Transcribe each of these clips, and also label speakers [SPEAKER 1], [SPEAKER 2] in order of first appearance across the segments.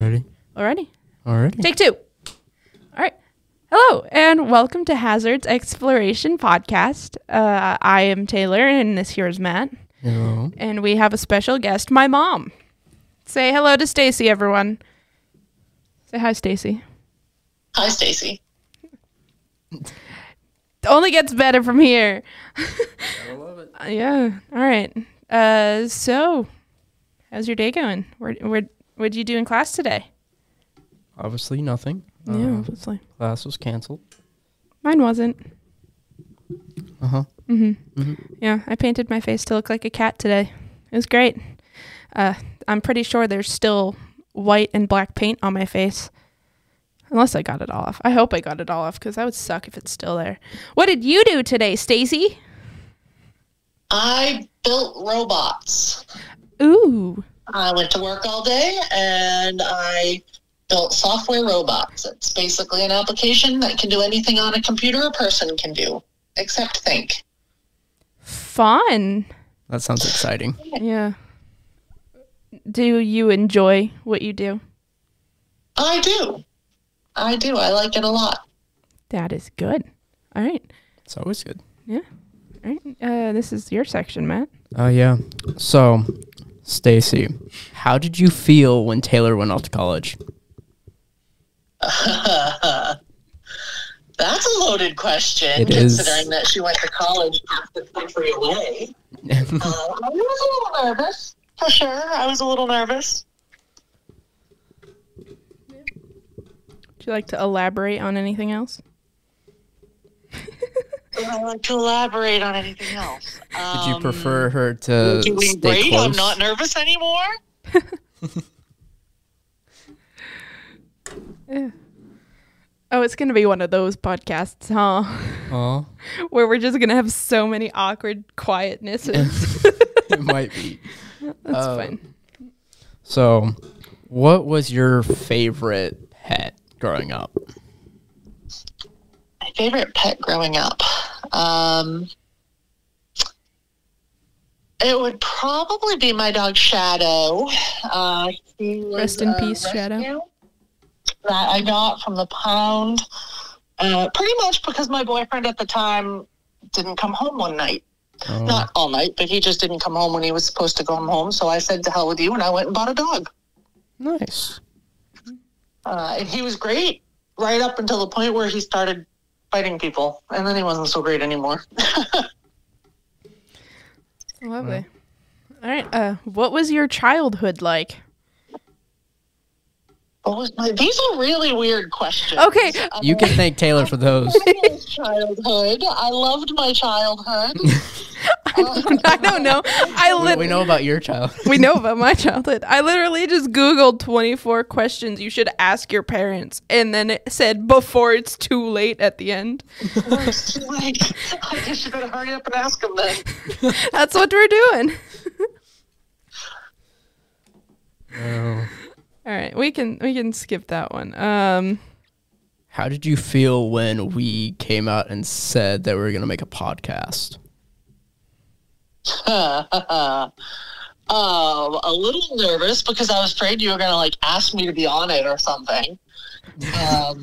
[SPEAKER 1] Ready?
[SPEAKER 2] Alrighty.
[SPEAKER 1] Alrighty.
[SPEAKER 2] Take two. All right. Hello, and welcome to Hazards Exploration Podcast. Uh, I am Taylor, and this here is Matt.
[SPEAKER 1] Hello.
[SPEAKER 2] And we have a special guest, my mom. Say hello to Stacy, everyone. Say hi, Stacy.
[SPEAKER 3] Hi, Stacy.
[SPEAKER 2] Only gets better from here. Uh, yeah. All right. Uh, so, how's your day going? Where, where, what'd you do in class today?
[SPEAKER 1] Obviously nothing.
[SPEAKER 2] yeah,
[SPEAKER 1] Uh,
[SPEAKER 2] obviously.
[SPEAKER 1] class was canceled.
[SPEAKER 2] Mine wasn't.
[SPEAKER 1] Uh huh.
[SPEAKER 2] Yeah, I painted my face to look like a cat today. It was great. Uh, I'm pretty sure there's still white and black paint on my face. Unless I got it all off. I hope I got it all off because that would suck if it's still there. What did you do today, Stacy?
[SPEAKER 3] I built robots.
[SPEAKER 2] Ooh.
[SPEAKER 3] I went to work all day and I built software robots. It's basically an application that can do anything on a computer a person can do, except think.
[SPEAKER 2] Fun.
[SPEAKER 1] That sounds exciting.
[SPEAKER 2] Yeah. Do you enjoy what you do?
[SPEAKER 3] I do. I do. I like it a lot.
[SPEAKER 2] That is good. All right.
[SPEAKER 1] It's always good.
[SPEAKER 2] All right. Uh, this is your section, Matt.
[SPEAKER 1] Oh yeah. So, Stacy, how did you feel when Taylor went off to college?
[SPEAKER 3] That's a loaded question,
[SPEAKER 1] It is.
[SPEAKER 3] considering that she went to college half the country away. Uh, I was a little nervous, for sure. I was a little nervous.
[SPEAKER 2] Would you like to elaborate on anything else?
[SPEAKER 3] Would I like to elaborate on anything else?
[SPEAKER 1] Did you
[SPEAKER 3] Um,
[SPEAKER 1] prefer her to
[SPEAKER 3] doing
[SPEAKER 1] Uh, stay
[SPEAKER 3] great.
[SPEAKER 1] close?
[SPEAKER 3] I'm not nervous anymore.
[SPEAKER 2] Oh, it's going to be one of those podcasts, huh?
[SPEAKER 1] Aw,
[SPEAKER 2] where we're just gonna have so many awkward quietnesses.
[SPEAKER 1] it might be.
[SPEAKER 2] That's
[SPEAKER 1] Oh.
[SPEAKER 2] fine.
[SPEAKER 1] So, what was your favorite pet growing up?
[SPEAKER 3] My favorite pet growing up. Um, it would probably be my dog Shadow. Uh, he was
[SPEAKER 2] Rest in
[SPEAKER 3] a
[SPEAKER 2] peace, Shadow.
[SPEAKER 3] rescue That I got from the pound, uh, pretty much because my boyfriend at the time didn't come home one night.
[SPEAKER 1] Oh,
[SPEAKER 3] Not all night, but he just didn't come home when he was supposed to come home. So I said, "To hell with you," and I went and bought a dog.
[SPEAKER 1] nice.
[SPEAKER 3] Uh, and he was great right up until the point where he started fighting people, and then he wasn't so great anymore.
[SPEAKER 2] Lovely. All right. Uh, what was your childhood like?
[SPEAKER 3] What was my? These are really weird questions.
[SPEAKER 2] Okay.
[SPEAKER 3] Uh,
[SPEAKER 1] You can thank Taylor for those.
[SPEAKER 3] childhood. I loved my childhood. Uh,
[SPEAKER 2] I don't know. I
[SPEAKER 1] we,
[SPEAKER 2] lit-
[SPEAKER 1] we know about your child.
[SPEAKER 2] we know about my childhood. I literally just Googled 24 questions you should ask your parents, and then it said before it's too late at the end.
[SPEAKER 3] like, I guess you better hurry up and ask him then.
[SPEAKER 2] That's what we're doing.
[SPEAKER 1] Oh.
[SPEAKER 2] All right, we can we can skip that one. Um,
[SPEAKER 1] How did you feel when we came out and said that we were going to make a podcast?
[SPEAKER 3] um, a little nervous because I was afraid you were going to like ask me to be on it or something. Um,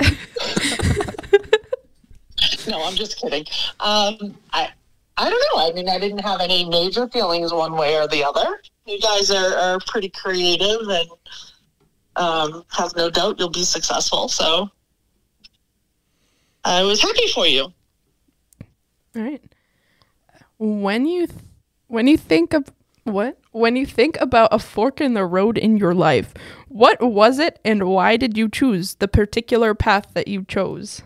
[SPEAKER 3] no, I'm just kidding. Um, I I don't know. I mean, I didn't have any major feelings one way or the other. You guys are, are pretty creative and um, have no doubt you'll be successful. So I was happy for you.
[SPEAKER 2] All right. When you th- when you think of what when you think about a fork in the road in your life, what was it and why did you choose the particular path that you chose?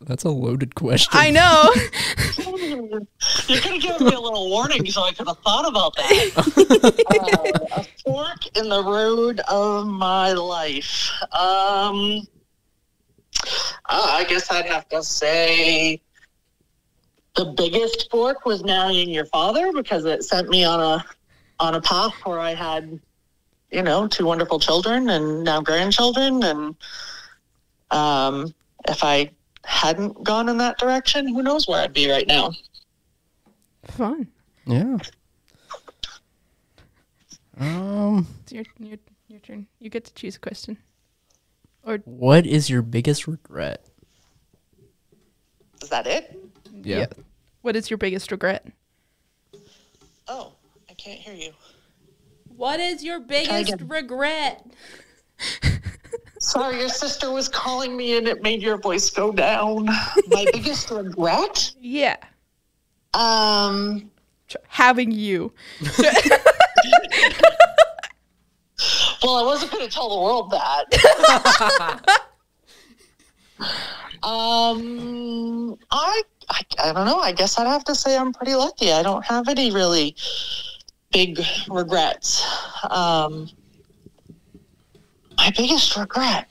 [SPEAKER 1] That's a loaded question.
[SPEAKER 2] I know.
[SPEAKER 3] You could have given me a little warning so I could have thought about that. Uh, a fork in the road of my life. Um, uh, I guess I'd have to say the biggest fork was marrying your father because it sent me on a on a path where I had, you know, two wonderful children and now grandchildren. And um, if I hadn't gone in that direction, who knows where I'd be right now.
[SPEAKER 2] Fun.
[SPEAKER 1] Yeah. Um,
[SPEAKER 2] It's your, your Your turn. You get to choose a question. Or
[SPEAKER 1] What is your biggest regret?
[SPEAKER 3] Is that it?
[SPEAKER 1] Yeah.
[SPEAKER 2] what is your biggest regret?
[SPEAKER 3] Oh, I can't hear you.
[SPEAKER 4] What is your biggest
[SPEAKER 3] again.
[SPEAKER 4] regret?
[SPEAKER 3] Sorry, your sister was calling me and it made your voice go down. My biggest regret?
[SPEAKER 2] Yeah.
[SPEAKER 3] Um,
[SPEAKER 2] Tr- having you.
[SPEAKER 3] well, I wasn't going to tell the world that. um, I, I, I don't know. I guess I'd have to say I'm pretty lucky. I don't have any really big regrets. Um, my biggest regret,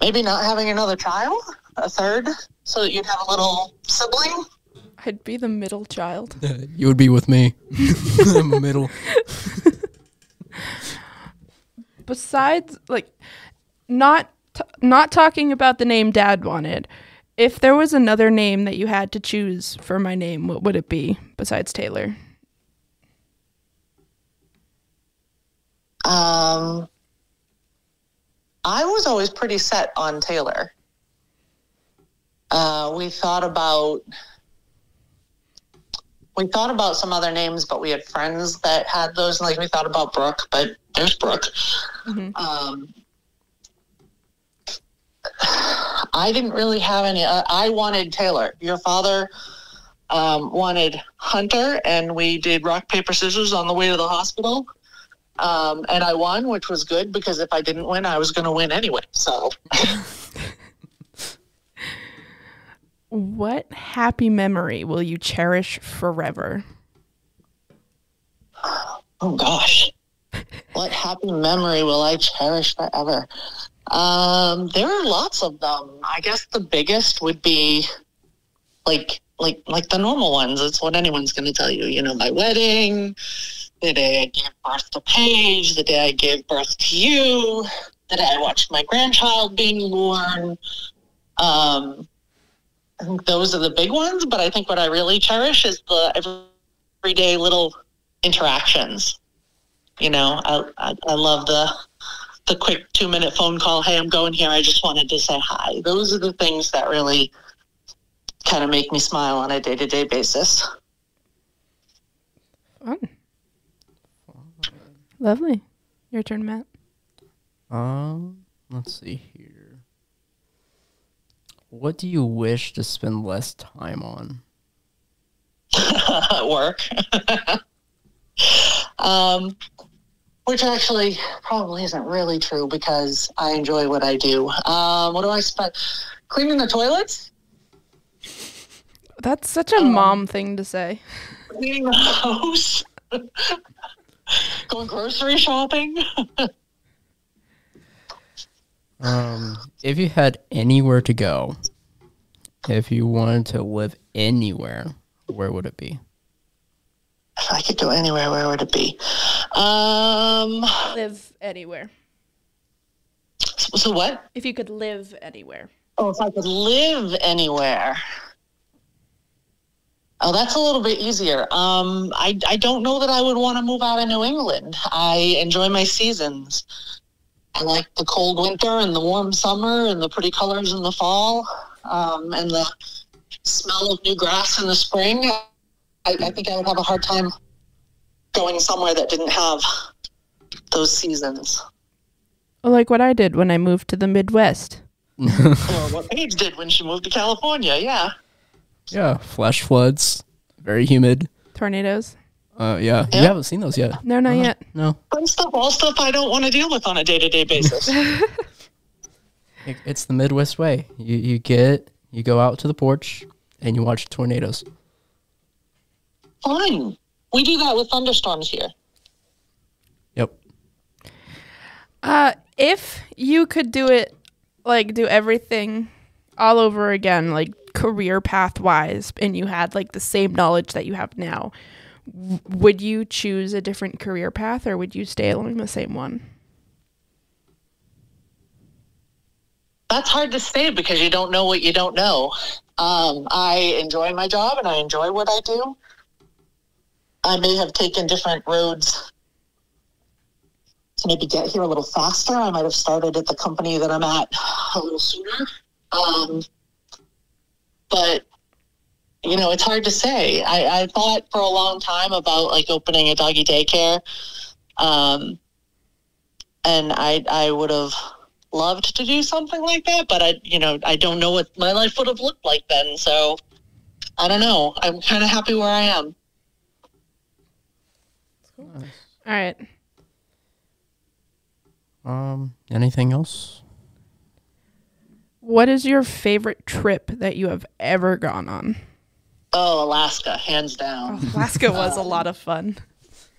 [SPEAKER 3] maybe not having another child, a third, so that you'd have a little sibling.
[SPEAKER 2] I'd be the middle child.
[SPEAKER 1] you would be with me. I'm a middle.
[SPEAKER 2] Besides, like, not t- not talking about the name Dad wanted. If there was another name that you had to choose for my name, what would it be besides Taylor?
[SPEAKER 3] Um, I was always pretty set on Taylor. Uh, we thought about we thought about some other names, but we had friends that had those. Like we thought about Brooke, but there's Brooke.
[SPEAKER 4] Mm-hmm.
[SPEAKER 2] Mhm.
[SPEAKER 3] Um, I didn't really have any. Uh, I wanted Taylor. Your father um, wanted Hunter, and we did rock paper scissors on the way to the hospital um, and I won, which was good because if I didn't win, I was going to win anyway. So,
[SPEAKER 2] What happy memory will you cherish forever?
[SPEAKER 3] oh gosh, what happy memory will I cherish forever? Um, there are lots of them. I guess the biggest would be like like like the normal ones. It's what anyone's going to tell you. You know, my wedding, the day I gave birth to Paige, the day I gave birth to you, the day I watched my grandchild being born. Um, I think those are the big ones, but I think what I really cherish is the every- everyday little interactions. You know, I, I, I love the the quick two minute phone call. Hey, I'm going here. I just wanted to say hi. Those are the things that really kind of make me smile on a day to day basis.
[SPEAKER 2] Fun. Lovely. Your turn, Matt.
[SPEAKER 1] Um, let's see here. What do you wish to spend less time on?
[SPEAKER 3] at work. um, which actually probably isn't really true because I enjoy what I do. Um, what do I spend? Cleaning the toilets?
[SPEAKER 2] That's such
[SPEAKER 4] Um,
[SPEAKER 2] a mom thing to say.
[SPEAKER 3] Cleaning the house? Going grocery shopping?
[SPEAKER 1] Um, if you had anywhere to go, if you wanted to live anywhere, where would it be?
[SPEAKER 3] If I could go anywhere, where would it be? Um,
[SPEAKER 4] Live
[SPEAKER 2] Anywhere.
[SPEAKER 3] so so what?
[SPEAKER 4] if you could live anywhere.
[SPEAKER 3] Oh, if I could live anywhere. Oh, that's a little bit easier. Um, I, I don't know that I would want to move out of New England. I enjoy my seasons. I like the cold winter and the warm summer and the pretty colors in the fall um, and the smell of new grass in the spring. I, I think I would have a hard time going somewhere that didn't have those seasons.
[SPEAKER 2] Like what I did when I moved to the Midwest.
[SPEAKER 3] Or what Paige did when she moved to California, yeah.
[SPEAKER 1] yeah, flash floods, very humid.
[SPEAKER 2] Tornadoes.
[SPEAKER 1] Uh, yeah, you
[SPEAKER 3] Yeah.
[SPEAKER 1] haven't seen those yet.
[SPEAKER 2] No, not
[SPEAKER 1] Uh-huh.
[SPEAKER 2] yet.
[SPEAKER 1] No,
[SPEAKER 3] fun stuff, all stuff I don't want to deal with on a day to day basis.
[SPEAKER 1] It- it's the Midwest way. You you get you go out to the porch and you watch tornadoes.
[SPEAKER 3] Fun. We do that with thunderstorms here.
[SPEAKER 1] Yep.
[SPEAKER 2] Uh, if you could do it, like do everything all over again, like career path wise, and you had like the same knowledge that you have now, w- would you choose a different career path or would you stay along the same one?
[SPEAKER 3] That's hard to say because you don't know what you don't know. Um, I enjoy my job and I enjoy what I do. I may have taken different roads to maybe get here a little faster. I might have started at the company that I'm at a little sooner. Um, but you know, it's hard to say. I, I thought for a long time about like opening a doggy daycare, um, and I I would have loved to do something like that. But I you know I don't know what my life would have looked like then. So I don't know. I'm kind of happy where I am.
[SPEAKER 2] All right.
[SPEAKER 1] Um, anything else?
[SPEAKER 2] What is your favorite trip that you have ever gone on?
[SPEAKER 3] Oh, Alaska, hands down.
[SPEAKER 2] Oh, Alaska was a lot of fun.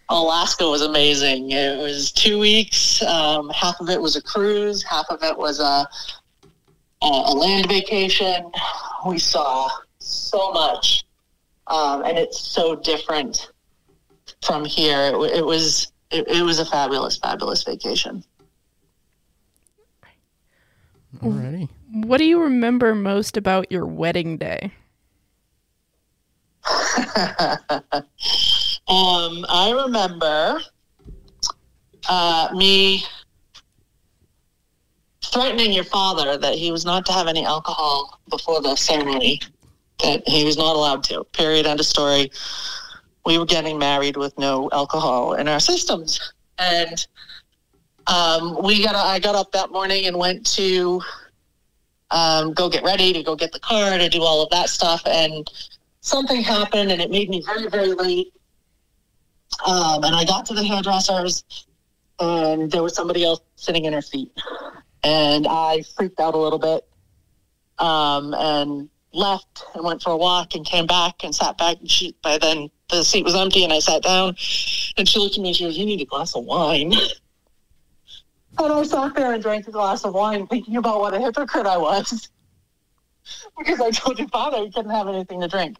[SPEAKER 3] Alaska was amazing. It was two weeks. Um, half of it was a cruise. Half of it was a, a, a land vacation. We saw so much, um, and it's so different from here. It, wa- it was it, it was a fabulous, fabulous vacation.
[SPEAKER 2] Mm.
[SPEAKER 1] Alrighty.
[SPEAKER 2] What do you remember most about your wedding day?
[SPEAKER 3] Um, I remember uh, me threatening your father that he was not to have any alcohol before the ceremony, that he was not allowed to. Period. End of story. We were getting married with no alcohol in our systems, and um, we got. I got up that morning and went to um, go get ready to go get the car to do all of that stuff, and something happened, and it made me very, very late. Um, and I got to the hairdressers, and there was somebody else sitting in her seat. And I freaked out a little bit um, and left and went for a walk and came back and sat back. And she, by then, the seat was empty, and I sat down. And she looked at me and she goes, You need a glass of wine. And I sat there and drank a glass of wine, thinking about what a hypocrite I was. Because I told your father he couldn't have anything to drink.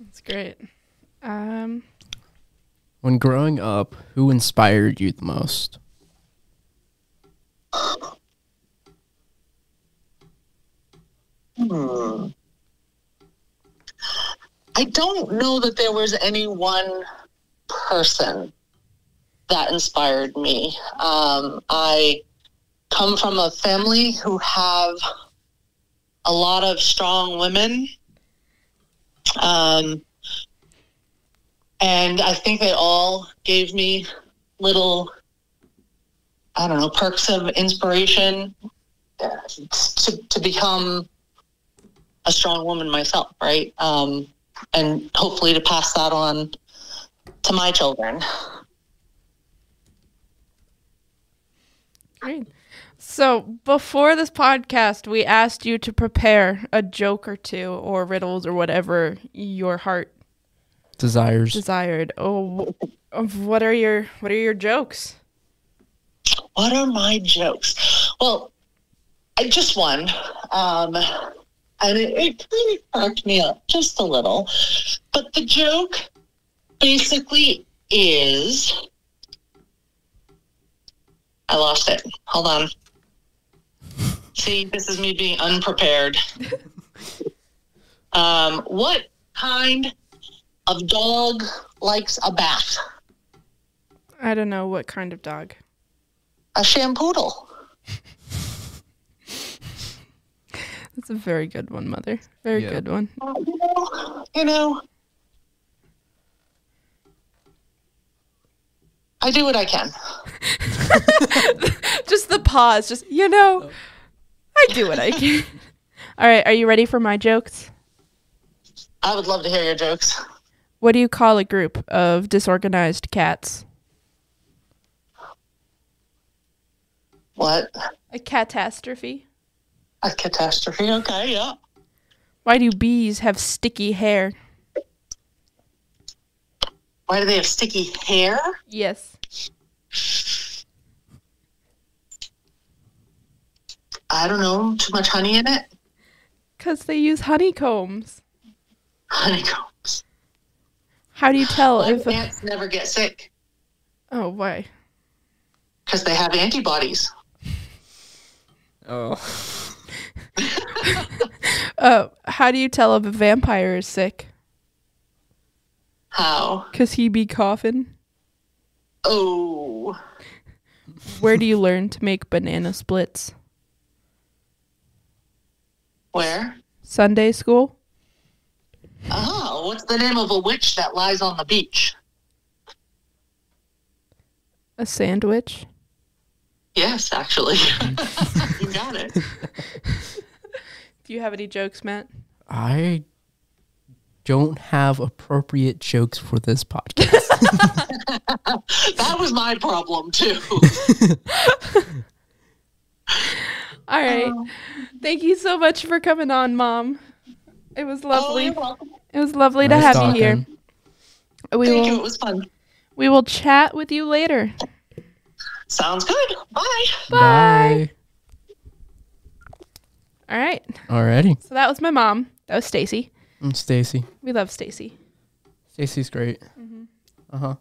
[SPEAKER 2] That's great. Um,
[SPEAKER 1] When growing up, who inspired you the most?
[SPEAKER 3] Hmm. I don't know that there was any one person that inspired me. Um, I come from a family who have a lot of strong women. Um, and I think they all gave me little, I don't know, perks of inspiration uh, to, to become a strong woman myself, right? Um, and hopefully to pass that on to my children.
[SPEAKER 2] great. So, before this podcast, we asked you to prepare a joke or two or riddles or whatever your heart
[SPEAKER 1] Desires.
[SPEAKER 2] desired. Oh, wh- of what are your what are your jokes?
[SPEAKER 3] What are my jokes? Well, I just one, um, and it, it kind of cracked me up just a little. But the joke basically is I lost it. Hold on. See, this is me being unprepared. um, what kind of dog likes a bath?
[SPEAKER 2] I don't know what kind of dog.
[SPEAKER 3] A shampoodle.
[SPEAKER 2] That's a very good one, mother. Very
[SPEAKER 1] Yeah.
[SPEAKER 2] good one.
[SPEAKER 3] you know, you know, I do what I can.
[SPEAKER 2] just the pause. Just you know, I do what I can. All right, are you ready for my jokes?
[SPEAKER 3] I would love to hear your jokes.
[SPEAKER 2] What do you call a group of disorganized cats?
[SPEAKER 3] What?
[SPEAKER 2] A catastrophe.
[SPEAKER 3] A catastrophe? Okay, yeah.
[SPEAKER 2] Why do bees have sticky hair?
[SPEAKER 3] Why do they have sticky hair?
[SPEAKER 2] Yes.
[SPEAKER 3] I don't know. Too much honey in it?
[SPEAKER 2] Because they use honeycombs.
[SPEAKER 3] Honeycombs.
[SPEAKER 2] How do you tell
[SPEAKER 3] Why
[SPEAKER 2] if.
[SPEAKER 3] do ants never get sick?
[SPEAKER 2] oh, why?
[SPEAKER 3] Because they have antibodies.
[SPEAKER 1] Oh.
[SPEAKER 2] Uh, how do you tell if a vampire is sick?
[SPEAKER 3] How?
[SPEAKER 2] Because he be coughing.
[SPEAKER 3] Oh,
[SPEAKER 2] Where do you learn to make banana splits?
[SPEAKER 3] where?
[SPEAKER 2] Sunday school?
[SPEAKER 3] Oh, what's the name of a witch that lies on the beach?
[SPEAKER 2] A sandwich?
[SPEAKER 3] Yes, actually. you got it.
[SPEAKER 2] Do you have any jokes, Matt?
[SPEAKER 1] I don't have appropriate jokes for this podcast.
[SPEAKER 3] That was my problem, too.
[SPEAKER 2] All right.
[SPEAKER 3] Um,
[SPEAKER 2] Thank you so much for coming on, Mom. It was
[SPEAKER 3] oh,
[SPEAKER 2] lovely.
[SPEAKER 3] you're welcome.
[SPEAKER 2] it was lovely to
[SPEAKER 1] Nice
[SPEAKER 2] have
[SPEAKER 1] talking.
[SPEAKER 2] you here. We
[SPEAKER 3] Thank you. It
[SPEAKER 2] will
[SPEAKER 3] was fun.
[SPEAKER 2] we will chat with you later.
[SPEAKER 3] Sounds good. Bye.
[SPEAKER 1] Bye.
[SPEAKER 2] All right.
[SPEAKER 1] Alrighty.
[SPEAKER 2] So that was my mom. That was Stacy.
[SPEAKER 1] I'm Stacy.
[SPEAKER 2] We love Stacy.
[SPEAKER 1] Stacy's great.
[SPEAKER 2] Mm-hmm.
[SPEAKER 1] Uh huh.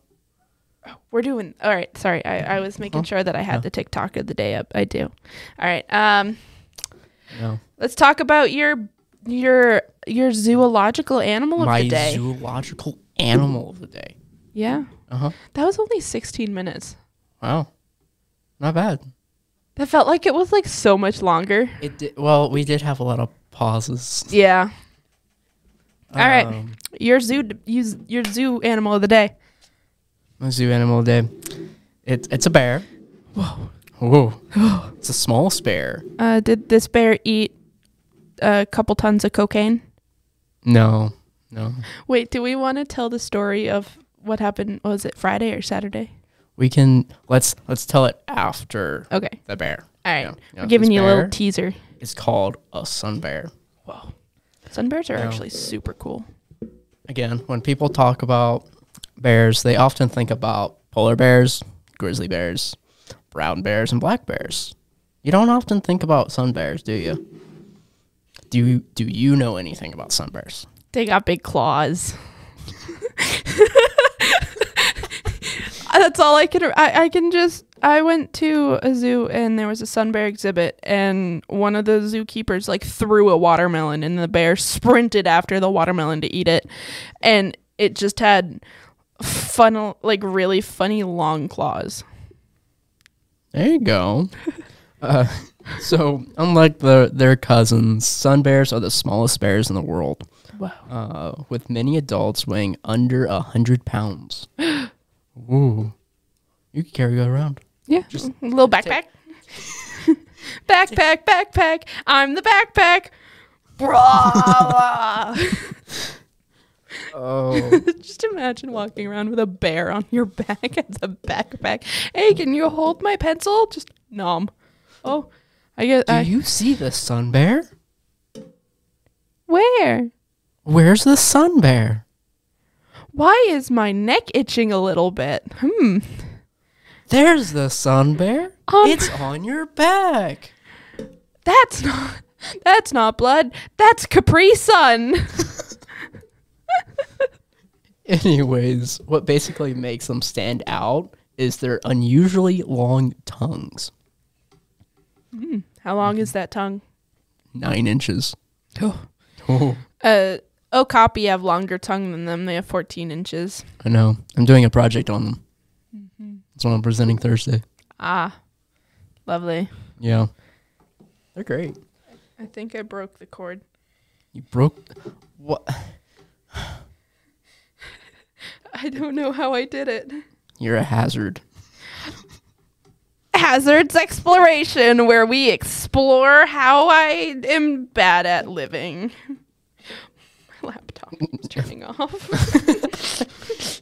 [SPEAKER 2] We're doing all right. Sorry, I, I was
[SPEAKER 1] Oh,
[SPEAKER 2] making sure that I had the TikTok of the day up. I do. All right. Um,
[SPEAKER 1] No.
[SPEAKER 2] let's talk about your your your zoological animal of
[SPEAKER 1] My
[SPEAKER 2] the day.
[SPEAKER 1] zoological animal of the day.
[SPEAKER 2] yeah,
[SPEAKER 1] Uh huh.
[SPEAKER 2] that was only 16 minutes.
[SPEAKER 1] Wow. Not bad.
[SPEAKER 2] That felt like it was like so much longer.
[SPEAKER 1] It did, well, we did have a lot of pauses.
[SPEAKER 2] Yeah. All right.
[SPEAKER 1] Um,
[SPEAKER 2] Your zoo your, your zoo animal of the day.
[SPEAKER 1] my zoo animal day. It's it's a bear. Whoa. Whoa. it's a small bear.
[SPEAKER 2] Uh, did this bear eat a couple tons of cocaine?
[SPEAKER 1] No. No.
[SPEAKER 2] Wait, do we want to tell the story of what happened? Was it Friday or Saturday?
[SPEAKER 1] We can let's let's tell it after
[SPEAKER 2] Okay.
[SPEAKER 1] the bear.
[SPEAKER 2] All right.
[SPEAKER 1] Yeah, yeah,
[SPEAKER 2] We're giving
[SPEAKER 1] this
[SPEAKER 2] you a
[SPEAKER 1] bear
[SPEAKER 2] little teaser.
[SPEAKER 1] It's called a sun bear.
[SPEAKER 2] Sun bears are actually super cool.
[SPEAKER 1] Again, when people talk about bears, they often think about polar bears, grizzly bears, brown bears, and black bears. You don't often think about sun bears, do you? Do you, do you know anything about sun bears?
[SPEAKER 2] They got big claws. That's all I can. I, I can just. I went to a zoo and there was a sun bear exhibit, and one of the zookeepers like threw a watermelon, and the bear sprinted after the watermelon to eat it, and it just had funnel like really funny long claws.
[SPEAKER 1] There you go. uh, so, unlike the, their cousins, sun bears are the smallest bears in the world,
[SPEAKER 2] Wow.
[SPEAKER 1] uh, with many adults weighing under a 100 pounds. Ooh. You can carry that around.
[SPEAKER 2] Yeah, just a little backpack. backpack, backpack. I'm the backpack. Brah.
[SPEAKER 1] Oh.
[SPEAKER 2] just imagine walking around with a bear on your back as a backpack. Hey, can you hold my pencil? Just nom. Oh, I guess.
[SPEAKER 1] Do
[SPEAKER 2] I,
[SPEAKER 1] you see the sun bear?
[SPEAKER 2] where?
[SPEAKER 1] Where's the sun bear?
[SPEAKER 2] Why is my neck itching a little bit? Hmm.
[SPEAKER 1] There's the sun bear.
[SPEAKER 2] Um,
[SPEAKER 1] it's on your back.
[SPEAKER 2] That's not. That's not blood. That's Capri Sun.
[SPEAKER 1] Anyways, what basically makes them stand out is their unusually long tongues.
[SPEAKER 2] How long is that tongue?
[SPEAKER 1] Nine inches.
[SPEAKER 2] Oh.
[SPEAKER 1] Oh,
[SPEAKER 2] Uh, Okapi have longer tongue than them. They have 14 inches.
[SPEAKER 1] I know. I'm doing a project on them. That's what I'm presenting Thursday.
[SPEAKER 2] Ah, lovely.
[SPEAKER 1] Yeah. They're great.
[SPEAKER 2] I think I broke the cord.
[SPEAKER 1] You broke. What?
[SPEAKER 2] I don't know how I did it.
[SPEAKER 1] You're a hazard.
[SPEAKER 2] Hazards Exploration, where we explore how I am bad at living. My laptop is turning off.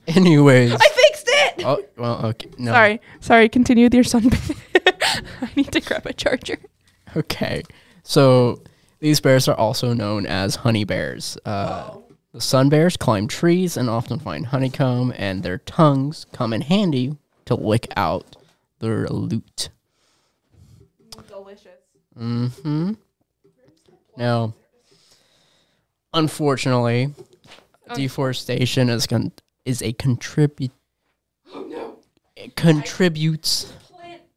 [SPEAKER 1] Anyways.
[SPEAKER 2] I fixed it!
[SPEAKER 1] oh, well, okay. No.
[SPEAKER 2] Sorry, sorry, continue with your sunbathing. I need to grab a charger.
[SPEAKER 1] Okay. So these bears are also known as honey bears. Uh, the sun bears climb trees and often find honeycomb, and their tongues come in handy to lick out their loot.
[SPEAKER 2] Delicious.
[SPEAKER 1] Mm-hmm. Now, unfortunately, deforestation is con- is a contribute. It contributes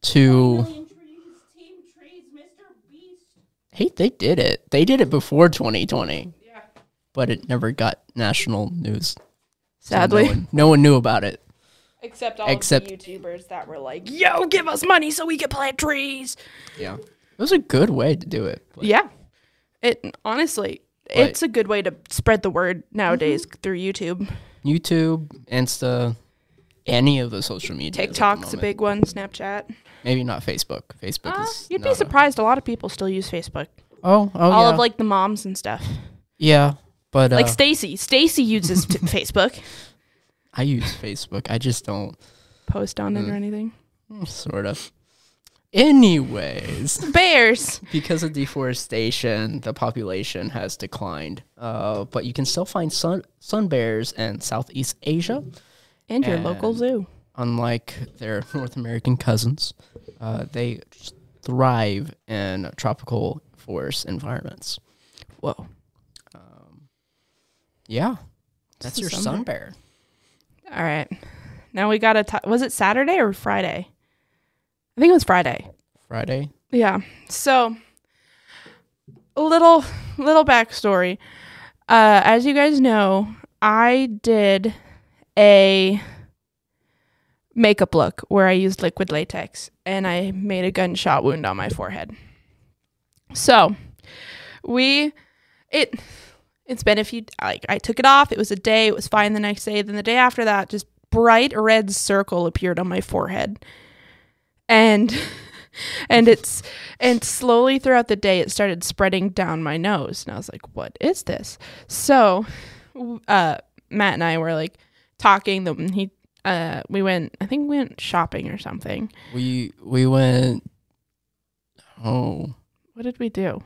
[SPEAKER 1] to. Hey, they did it. They did it before 2020. But it never got national news. So
[SPEAKER 2] Sadly.
[SPEAKER 1] no one, no one knew about it.
[SPEAKER 4] Except all
[SPEAKER 1] Except-
[SPEAKER 4] of the YouTubers that were like, "Yo, give us money so we can plant trees."
[SPEAKER 1] Yeah. It was a good way to do it. but-
[SPEAKER 2] Yeah. It honestly, it's a good way to spread the word nowadays
[SPEAKER 1] Mm-hmm.
[SPEAKER 2] through YouTube.
[SPEAKER 1] YouTube, Insta, any of the social media.
[SPEAKER 2] TikTok's a big one, Snapchat. Uh,
[SPEAKER 1] Maybe not Facebook. Facebook is.
[SPEAKER 2] You'd
[SPEAKER 1] not
[SPEAKER 2] be
[SPEAKER 1] a-
[SPEAKER 2] surprised a lot of people still use Facebook.
[SPEAKER 1] oh, oh
[SPEAKER 2] All
[SPEAKER 1] yeah.
[SPEAKER 2] of like the moms and stuff.
[SPEAKER 1] yeah, but uh,
[SPEAKER 2] Like Stacy, Stacy uses t- Facebook.
[SPEAKER 1] I use Facebook. I just don't.
[SPEAKER 2] Post on
[SPEAKER 1] Mm.
[SPEAKER 2] it or anything.
[SPEAKER 1] Sort of. Anyways,
[SPEAKER 2] Bears.
[SPEAKER 1] because of deforestation, the population has declined. Uh, but you can still find sun sun bears in Southeast Asia.
[SPEAKER 2] And your local
[SPEAKER 1] And-
[SPEAKER 2] zoo.
[SPEAKER 1] unlike their North American cousins, uh, they just thrive in tropical forest environments.
[SPEAKER 2] Whoa.
[SPEAKER 1] Yeah, that's
[SPEAKER 2] a
[SPEAKER 1] your
[SPEAKER 2] sun
[SPEAKER 1] sun bear.
[SPEAKER 2] All right. Now we got to talk. Was it Saturday or Friday? I think it was Friday.
[SPEAKER 1] Friday.
[SPEAKER 2] Yeah. So a little little backstory. Uh as you guys know, I did a makeup look where I used liquid latex and I made a gunshot wound on my forehead. So we it it's been a few like I took it off, it was a day, it was fine the next day, then the day after that just bright red circle appeared on my forehead. And and it's and slowly throughout the day it started spreading down my nose and i was like what is this so w- uh matt and i were like talking the he uh we went i think we went shopping or something
[SPEAKER 1] We we went. Oh,
[SPEAKER 2] what did we do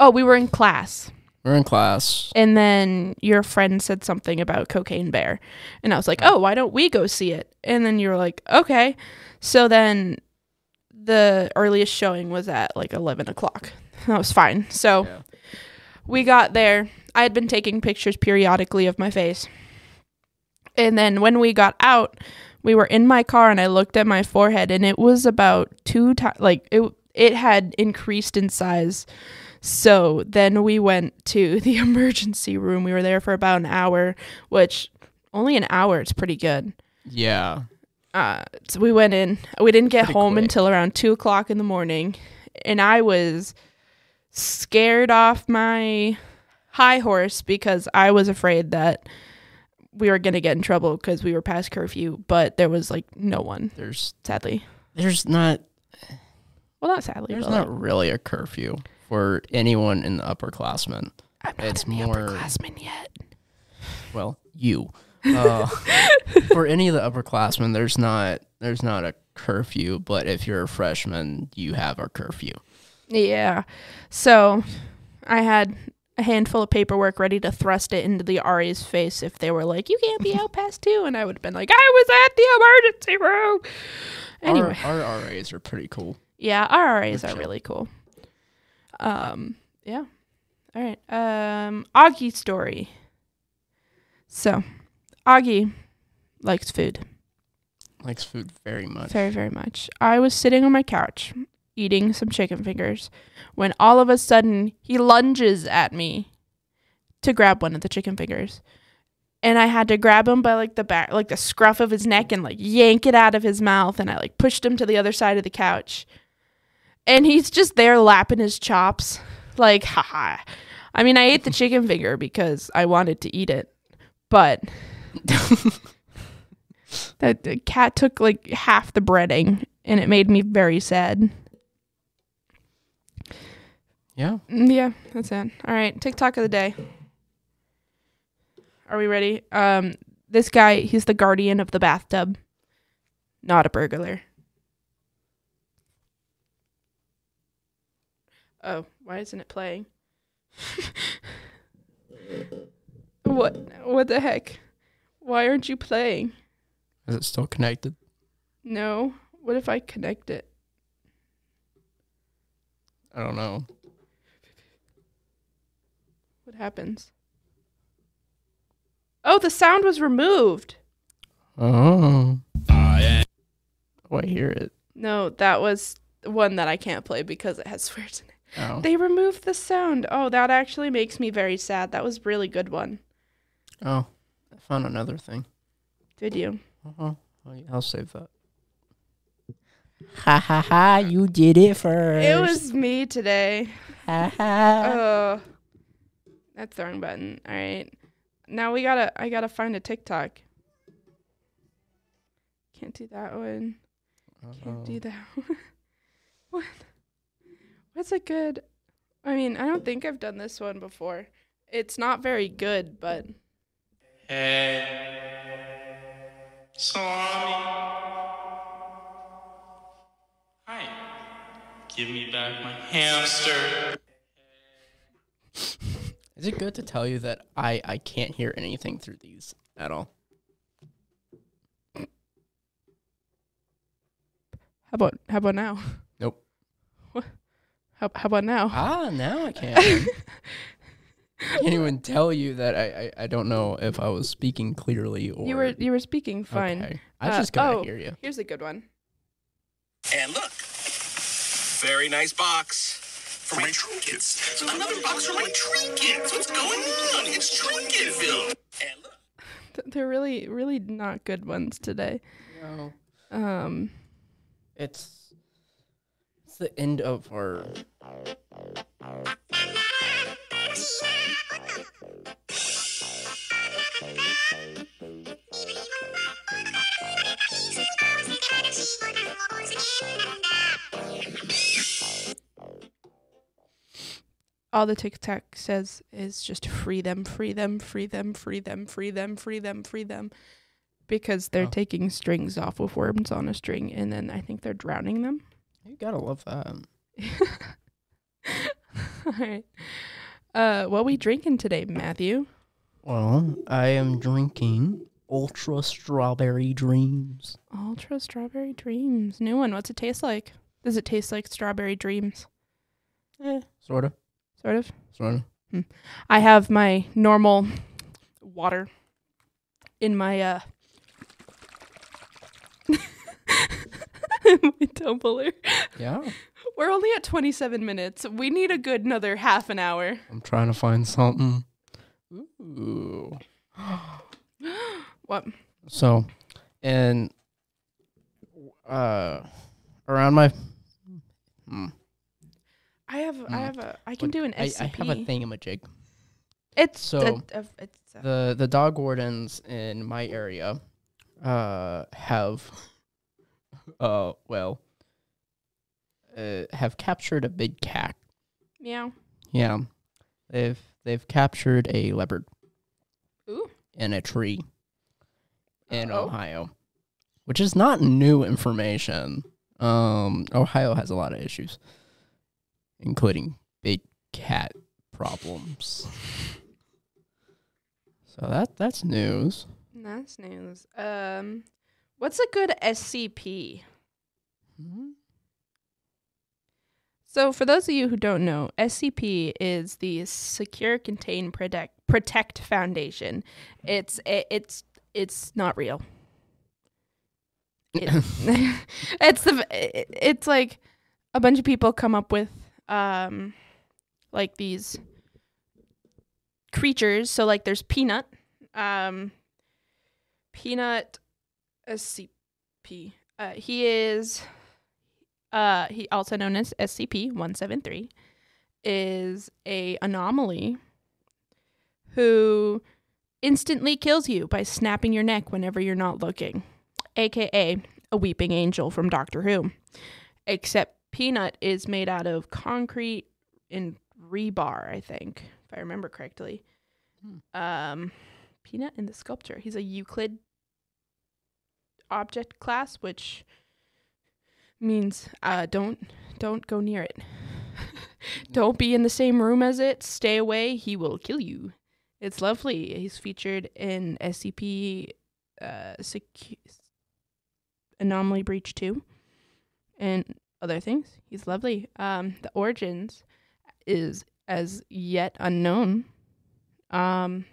[SPEAKER 2] oh we were in class
[SPEAKER 1] we're in class.
[SPEAKER 2] and then your friend said something about cocaine bear and i was like oh why don't we go see it and then you were like okay so then the earliest showing was at like 11 o'clock that was fine so
[SPEAKER 1] Yeah.
[SPEAKER 2] we got there i had been taking pictures periodically of my face and then when we got out we were in my car and i looked at my forehead and it was about two times like it it had increased in size so then we went to the emergency room. We were there for about an hour, which only an hour is pretty good.
[SPEAKER 1] Yeah,
[SPEAKER 2] Uh, so we went in. We didn't get
[SPEAKER 1] Pretty
[SPEAKER 2] home
[SPEAKER 1] quick.
[SPEAKER 2] until around two o'clock in the morning, and I was scared off my high horse because I was afraid that we were gonna get in trouble because we were past curfew. But there was like no one,
[SPEAKER 1] there's
[SPEAKER 2] sadly.
[SPEAKER 1] there's not
[SPEAKER 2] Well, not sadly.
[SPEAKER 1] there's
[SPEAKER 2] but
[SPEAKER 1] not
[SPEAKER 2] like,
[SPEAKER 1] really a curfew for anyone in the upperclassmen.
[SPEAKER 2] I'm not
[SPEAKER 1] it's
[SPEAKER 2] in the
[SPEAKER 1] more-
[SPEAKER 2] upperclassmen yet.
[SPEAKER 1] Well, you. Uh, for any of the upperclassmen, there's not there's not a curfew, but if you're a freshman, you have a curfew.
[SPEAKER 2] Yeah. So I had a handful of paperwork ready to thrust it into the Ari's face if they were like, you can't be out past two. And I would have been like, I was at the emergency room. Anyway,
[SPEAKER 1] Our, our RAs are pretty cool.
[SPEAKER 2] yeah, our RAs are really cool. Um, yeah. All right. Um, Augie story. So Augie likes food.
[SPEAKER 1] Likes food very much.
[SPEAKER 2] Very, very much. I was sitting on my couch eating some chicken fingers when all of a sudden he lunges at me to grab one of the chicken fingers. And I had to grab him by like the back, like the scruff of his neck and like yank it out of his mouth. And I like pushed him to the other side of the couch. And he's just there lapping his chops. Like, haha. I mean, I ate the chicken finger because I wanted to eat it, but that the cat took like half the breading and it made me very sad.
[SPEAKER 1] Yeah.
[SPEAKER 2] Mm, Yeah, that's it. All right, TikTok of the day. Are we ready? Um this guy, he's the guardian of the bathtub. Not a burglar. Oh, why isn't it playing? what what the heck? Why aren't you playing?
[SPEAKER 1] Is it still connected?
[SPEAKER 2] No. What if I connect it?
[SPEAKER 1] I don't know.
[SPEAKER 2] What happens? Oh, the sound was removed.
[SPEAKER 1] Oh. Oh, I hear it.
[SPEAKER 2] No, that was one that I can't play because it has swears in it.
[SPEAKER 1] Oh.
[SPEAKER 2] They removed the sound. Oh, that actually makes me very sad. That was a really good one.
[SPEAKER 1] oh. I found another thing.
[SPEAKER 2] Did you?
[SPEAKER 1] Uh-huh. I'll I'll save that. Ha ha ha! You did it first.
[SPEAKER 2] It was me today.
[SPEAKER 1] Ha ha.
[SPEAKER 2] Oh, that's the wrong button. All right, now we gotta. I gotta find a TikTok. Can't do that one.
[SPEAKER 1] Uh-huh.
[SPEAKER 2] Can't
[SPEAKER 1] Oh.
[SPEAKER 2] do that one. what? What's a good? I mean, I don't think I've done this one before. It's not very good, but
[SPEAKER 5] Salami. Hi. Give me back my hamster.
[SPEAKER 1] Is it good to tell you that I I can't hear anything through these at all?
[SPEAKER 2] how about how about now?
[SPEAKER 1] Nope.
[SPEAKER 2] How, how about now?
[SPEAKER 1] Ah, now I can. I can't even tell you that I, I I don't know if I was speaking clearly or
[SPEAKER 2] You were you were speaking fine.
[SPEAKER 1] Okay. I
[SPEAKER 2] Uh,
[SPEAKER 1] just gotta
[SPEAKER 2] oh,
[SPEAKER 1] hear you.
[SPEAKER 2] Here's a good one.
[SPEAKER 6] And look, very nice box for my trinkets. Another box for my trinkets. What's going on? It's Trinketville. And look.
[SPEAKER 2] Th- They're really really not good ones today.
[SPEAKER 1] No,
[SPEAKER 2] Um.
[SPEAKER 1] it's it's the end of our.
[SPEAKER 2] all the TikTok says is just free them, free them, free them, free them, free them, free them, free them, because they're
[SPEAKER 1] Oh.
[SPEAKER 2] taking strings off with worms on a string, and then I think they're drowning them.
[SPEAKER 1] You gotta love that.
[SPEAKER 2] all right. Uh, what we drinking today, Matthew?
[SPEAKER 1] Well, I am drinking Ultra Strawberry Dreams.
[SPEAKER 2] Ultra Strawberry Dreams, new one. What's it taste like? Does it taste like Strawberry Dreams?
[SPEAKER 1] Yeah, sort of,
[SPEAKER 2] Sort of.
[SPEAKER 1] sort of.
[SPEAKER 2] I have my normal water in my uh in my tumbler.
[SPEAKER 1] Yeah,
[SPEAKER 2] We're only at 27 minutes. We need a good another half an hour.
[SPEAKER 1] I'm trying to find something. Ooh.
[SPEAKER 2] What?
[SPEAKER 1] So, and uh, around my,
[SPEAKER 2] I have I
[SPEAKER 1] Mm.
[SPEAKER 2] have a I can do an
[SPEAKER 1] I,
[SPEAKER 2] SCP.
[SPEAKER 1] I have a thingamajig.
[SPEAKER 2] It's
[SPEAKER 1] So-
[SPEAKER 2] a, a, it's a,
[SPEAKER 1] The the dog wardens in my area, uh, have, uh, well, uh, have captured a big cat.
[SPEAKER 2] meow.
[SPEAKER 1] Yeah, they've they've captured a leopard.
[SPEAKER 2] Ooh.
[SPEAKER 1] in a tree in
[SPEAKER 2] Uh-oh.
[SPEAKER 1] Ohio, which is not new information. Um, Ohio has a lot of issues, including big cat problems. So that that's news.
[SPEAKER 2] That's news. Um what's a good SCP? So, for those of you who don't know, SCP is the Secure, Contain, Protect, Protect Foundation. It's it, it's it's not real. It- it's the it- it's like a bunch of people come up with um like these creatures. So, like there's Peanut, um, Peanut SCP. Uh, he is uh, he also known as SCP-173, is a anomaly who instantly kills you by snapping your neck whenever you're not looking, aka a weeping angel from Doctor Who. Except Peanut is made out of concrete and rebar, I think, if I remember correctly. Um, Peanut in the sculpture. He's a Euclid object class, which means uh, don't don't go near it. don't be in the same room as it. Stay away. He will kill you. It's lovely. He's featured in SCP uh, secu- Anomaly Breach Two and other things. He's lovely. Um, the origins is as yet unknown. Um,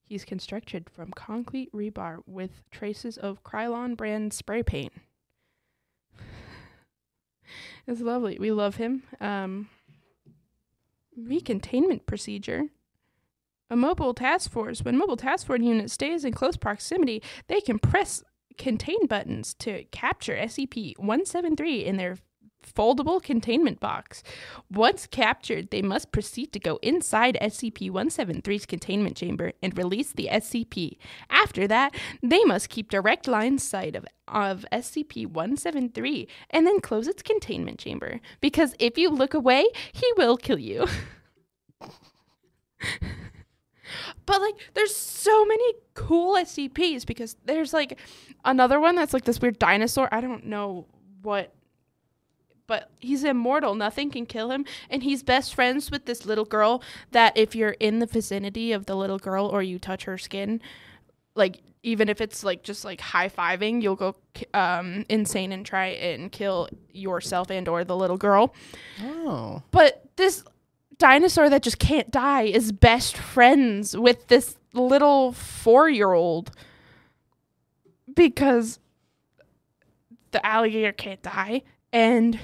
[SPEAKER 2] he's constructed from concrete rebar with traces of Krylon brand spray paint. It's lovely. We love him. Um, recontainment procedure. A mobile task force. When mobile task force unit stays in close proximity, they compress contain buttons to capture E SCP 173 in their foldable containment box. Once captured, they must proceed to go inside E SCP 173's containment chamber and release the SCP. After that, they must keep direct line sight of, of E SCP 173 and then close its containment chamber because if you look away, he will kill you. But like, there's so many cool SCPs because there's like another one that's like this weird dinosaur. I don't know what, but he's immortal. Nothing can kill him, and he's best friends with this little girl. That if you're in the vicinity of the little girl or you touch her skin, like even if it's like just like high fiving, you'll go ki- um, insane and try and kill yourself and or the little girl.
[SPEAKER 1] Oh,
[SPEAKER 2] But this dinosaur that just can't die is best friends with this little four year old because the alligator can't die and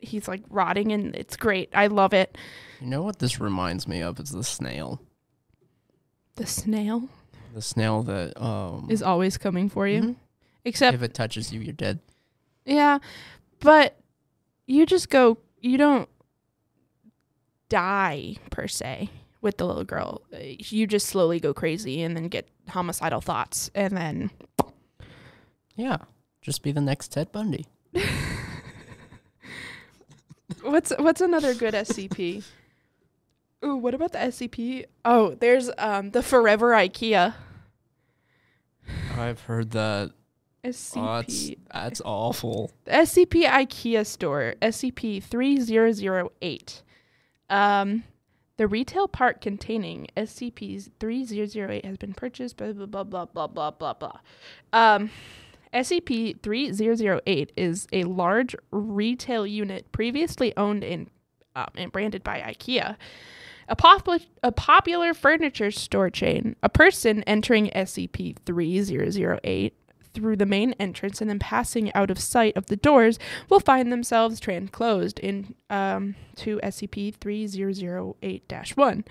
[SPEAKER 2] he's like rotting and it's great. I love it.
[SPEAKER 1] you know what this reminds me of? It's the snail.
[SPEAKER 2] The snail
[SPEAKER 1] The snail that um,
[SPEAKER 2] is always coming for you. Except
[SPEAKER 1] if it touches you, you're dead.
[SPEAKER 2] Yeah, but you just go. You don't die per se with the little girl. Uh, You just slowly go crazy and then get homicidal thoughts, and then
[SPEAKER 1] Yeah, just be the next Ted Bundy.
[SPEAKER 2] what's what's another good SCP? Ooh, what about the SCP? Oh, there's um the Forever IKEA
[SPEAKER 1] I've heard that. Oh, that's
[SPEAKER 2] SCP
[SPEAKER 1] that's awful.
[SPEAKER 2] The SCP IKEA store, SCP 3008. Um, the retail part containing SCP 3008 has been purchased, blah, blah, blah, blah, blah, blah, blah, blah. Um, SCP 3008 is a large retail unit previously owned and, um, and branded by IKEA. A, pop- a popular furniture store chain, a person entering E SCP 3008 through the main entrance and then passing out of sight of the doors will find themselves transclosed in um, to SCP 3008 1.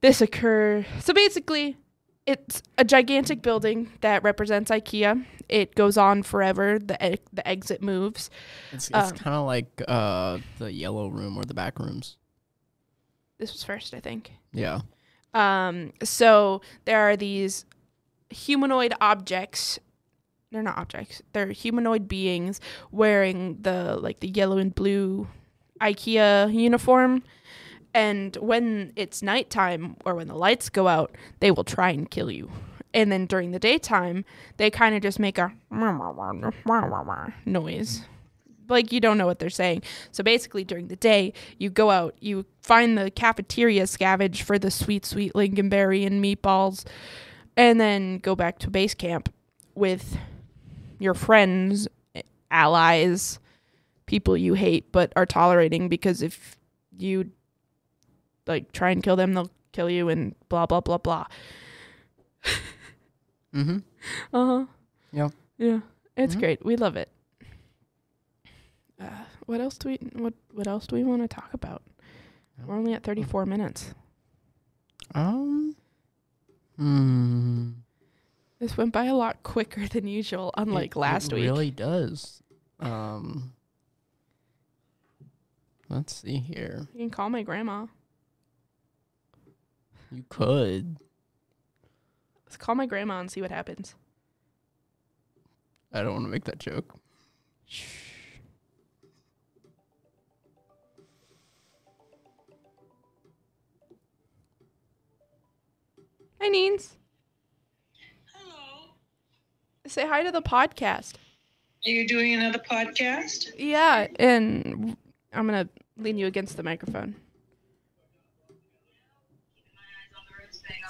[SPEAKER 2] This occur so basically it's a gigantic building that represents IKEA. It goes on forever. The e- the exit moves.
[SPEAKER 1] It's, it's
[SPEAKER 2] Um,
[SPEAKER 1] kind of like uh, the yellow room or the back rooms.
[SPEAKER 2] This was first, I think.
[SPEAKER 1] Yeah.
[SPEAKER 2] Um, so there are these humanoid objects. They're not objects. They're humanoid beings wearing the like the yellow and blue IKEA uniform. And when it's nighttime or when the lights go out, they will try and kill you. And then during the daytime, they kind of just make a noise like you don't know what they're saying. So basically, during the day, you go out, you find the cafeteria, scavenge for the sweet, sweet lingonberry and meatballs, and then go back to base camp with your friends, allies, people you hate but are tolerating because if you like try and kill them, they'll kill you and blah blah blah blah.
[SPEAKER 1] Mhm.
[SPEAKER 2] Uh huh.
[SPEAKER 1] Yep.
[SPEAKER 2] Yeah, it's great. We love it. Uh, what else do we what What else do we want to talk about? We're only at thirty four minutes.
[SPEAKER 1] Um. Hmm.
[SPEAKER 2] This went by a lot quicker than usual, unlike
[SPEAKER 1] It-
[SPEAKER 2] last
[SPEAKER 1] it
[SPEAKER 2] week.
[SPEAKER 1] Really does. Um. Let's see here.
[SPEAKER 2] You can call my grandma.
[SPEAKER 1] You could.
[SPEAKER 2] Let's call my grandma and see what happens.
[SPEAKER 1] I don't want to make that joke.
[SPEAKER 2] Hi, Neens.
[SPEAKER 3] Hello.
[SPEAKER 2] Say hi to the podcast.
[SPEAKER 3] Are you doing another podcast?
[SPEAKER 2] Yeah, and I'm gonna lean you against the microphone.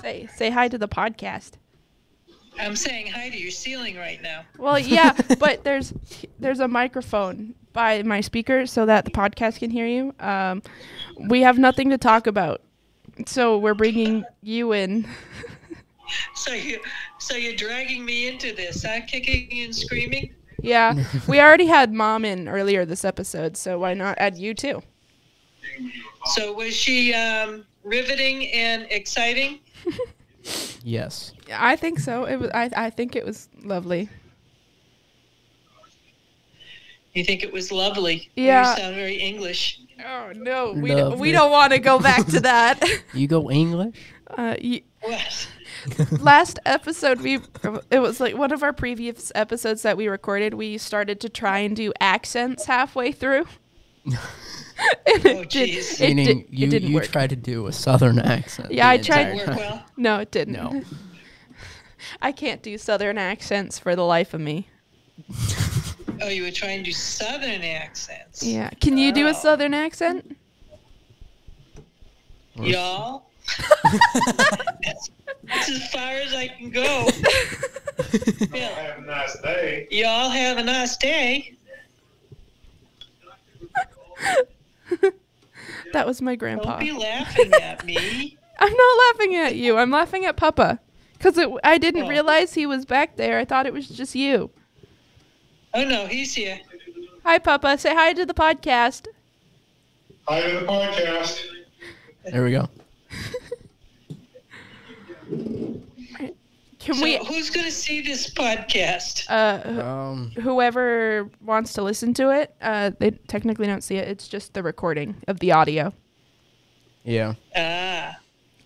[SPEAKER 2] Say say hi to the podcast.
[SPEAKER 3] I'm saying hi to your ceiling right now.
[SPEAKER 2] Well, yeah, but there's there's a microphone by my speaker so that the podcast can hear you. Um, we have nothing to talk about, so we're bringing you in.
[SPEAKER 3] So you, so you're dragging me into this, huh? Kicking and screaming.
[SPEAKER 2] Yeah, we already had mom in earlier this episode, so why not add you too?
[SPEAKER 3] So was she um, riveting and exciting?
[SPEAKER 1] Yes.
[SPEAKER 2] I think so. It was. I, I think it was lovely.
[SPEAKER 7] You think it was lovely?
[SPEAKER 2] Yeah.
[SPEAKER 7] You sound very English.
[SPEAKER 2] Oh no,
[SPEAKER 1] we don't- we Lovely. don't
[SPEAKER 2] want to go back to that.
[SPEAKER 1] You go English?
[SPEAKER 2] uh, y-
[SPEAKER 7] Yes.
[SPEAKER 2] last episode, we it was like one of our previous episodes that we recorded. We started to try and do accents halfway through. and
[SPEAKER 7] Oh,
[SPEAKER 2] it did,
[SPEAKER 7] jeez.
[SPEAKER 2] it,
[SPEAKER 1] Meaning
[SPEAKER 2] did,
[SPEAKER 1] you,
[SPEAKER 2] it didn't
[SPEAKER 1] you
[SPEAKER 2] work.
[SPEAKER 1] try to do a southern accent.
[SPEAKER 2] Yeah,
[SPEAKER 1] the
[SPEAKER 2] I tried-
[SPEAKER 1] entire
[SPEAKER 7] Work
[SPEAKER 1] time.
[SPEAKER 7] well?
[SPEAKER 2] no, it didn't.
[SPEAKER 1] No.
[SPEAKER 2] I can't do southern accents for the life of me.
[SPEAKER 7] Oh, you were trying to do Southern accents.
[SPEAKER 2] Yeah, can you do a
[SPEAKER 7] Oh.
[SPEAKER 2] southern accent?
[SPEAKER 7] Y'all. That's that's as far as I can go. Yeah.
[SPEAKER 5] Have a nice day.
[SPEAKER 7] Y'all have a nice day.
[SPEAKER 2] That was my grandpa.
[SPEAKER 7] Don't be laughing at me.
[SPEAKER 2] I'm not laughing at you. I'm laughing at Papa. Because I didn't
[SPEAKER 7] Oh.
[SPEAKER 2] realize he was back there. I thought it was just you.
[SPEAKER 7] Oh no, he's here.
[SPEAKER 2] Hi, Papa. Say hi to the podcast.
[SPEAKER 5] Hi to the podcast.
[SPEAKER 1] There we go.
[SPEAKER 2] Can
[SPEAKER 7] So
[SPEAKER 2] we,
[SPEAKER 7] who's gonna see this podcast?
[SPEAKER 2] uh,
[SPEAKER 1] Um,
[SPEAKER 2] wh- whoever wants to listen to it, uh, they technically don't see it. It's just the recording of the audio.
[SPEAKER 1] yeah.
[SPEAKER 7] Ah.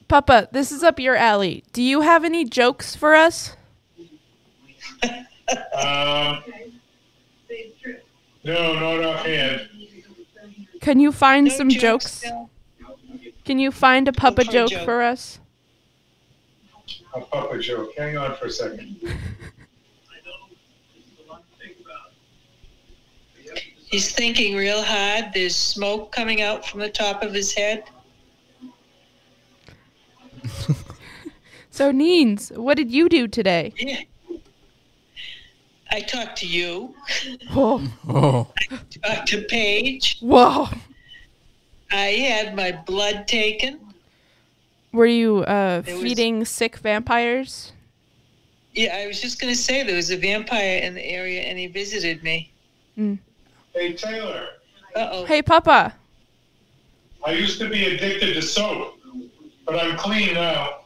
[SPEAKER 2] Papa, this is up your alley. Do you have any jokes for us?
[SPEAKER 5] Um, no, not offhand.
[SPEAKER 2] Can you find
[SPEAKER 7] no
[SPEAKER 2] some jokes?
[SPEAKER 7] no.
[SPEAKER 2] Can you find a Papa
[SPEAKER 7] find
[SPEAKER 2] joke
[SPEAKER 7] joke.
[SPEAKER 2] for us?
[SPEAKER 5] Oh, A puppet joke. Hang on for a second.
[SPEAKER 7] He's thinking real hard. There's smoke coming out from the top of his head.
[SPEAKER 2] So, Neens, what did you do today?
[SPEAKER 7] Yeah. I talked to you.
[SPEAKER 2] Whoa.
[SPEAKER 1] Oh,
[SPEAKER 7] Talked to Paige.
[SPEAKER 2] Whoa.
[SPEAKER 7] I had my blood taken.
[SPEAKER 2] Were you uh,
[SPEAKER 7] It was-
[SPEAKER 2] feeding sick vampires?
[SPEAKER 7] Yeah, I was just gonna say there was a vampire in the area and he visited me.
[SPEAKER 5] Hey, Taylor,
[SPEAKER 7] Uh oh.
[SPEAKER 2] Hey, Papa.
[SPEAKER 5] I used to be addicted to soap, but I'm clean now.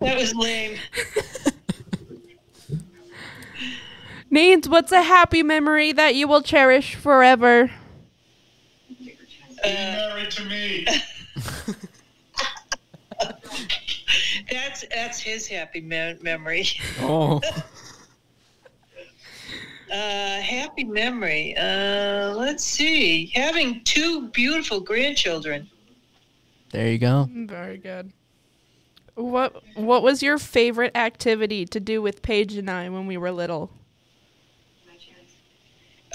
[SPEAKER 7] That was lame.
[SPEAKER 2] Needs, what's a happy memory that you will cherish forever?
[SPEAKER 5] Be married to me.
[SPEAKER 7] That's that's his happy me- memory.
[SPEAKER 1] oh,
[SPEAKER 7] Uh, happy memory. Uh, let's see. Having two beautiful grandchildren.
[SPEAKER 1] there you go.
[SPEAKER 2] Very good. What What was your favorite activity to do with Paige and I when we were little?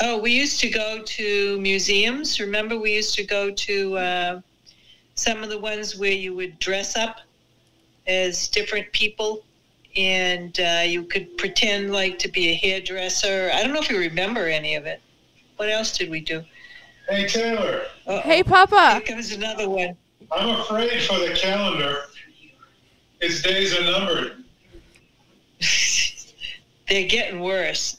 [SPEAKER 7] Oh, we used to go to museums. Remember, we used to go to uh, some of the ones where you would dress up as different people and uh, you could pretend like to be a hairdresser. I don't know if you remember any of it. What else did we do?
[SPEAKER 5] Hey, Taylor,
[SPEAKER 7] Uh-oh.
[SPEAKER 2] Hey, uh,
[SPEAKER 7] Here
[SPEAKER 2] Papa.
[SPEAKER 7] comes another one.
[SPEAKER 5] I'm afraid for the calendar. Its days are numbered.
[SPEAKER 7] They're getting worse.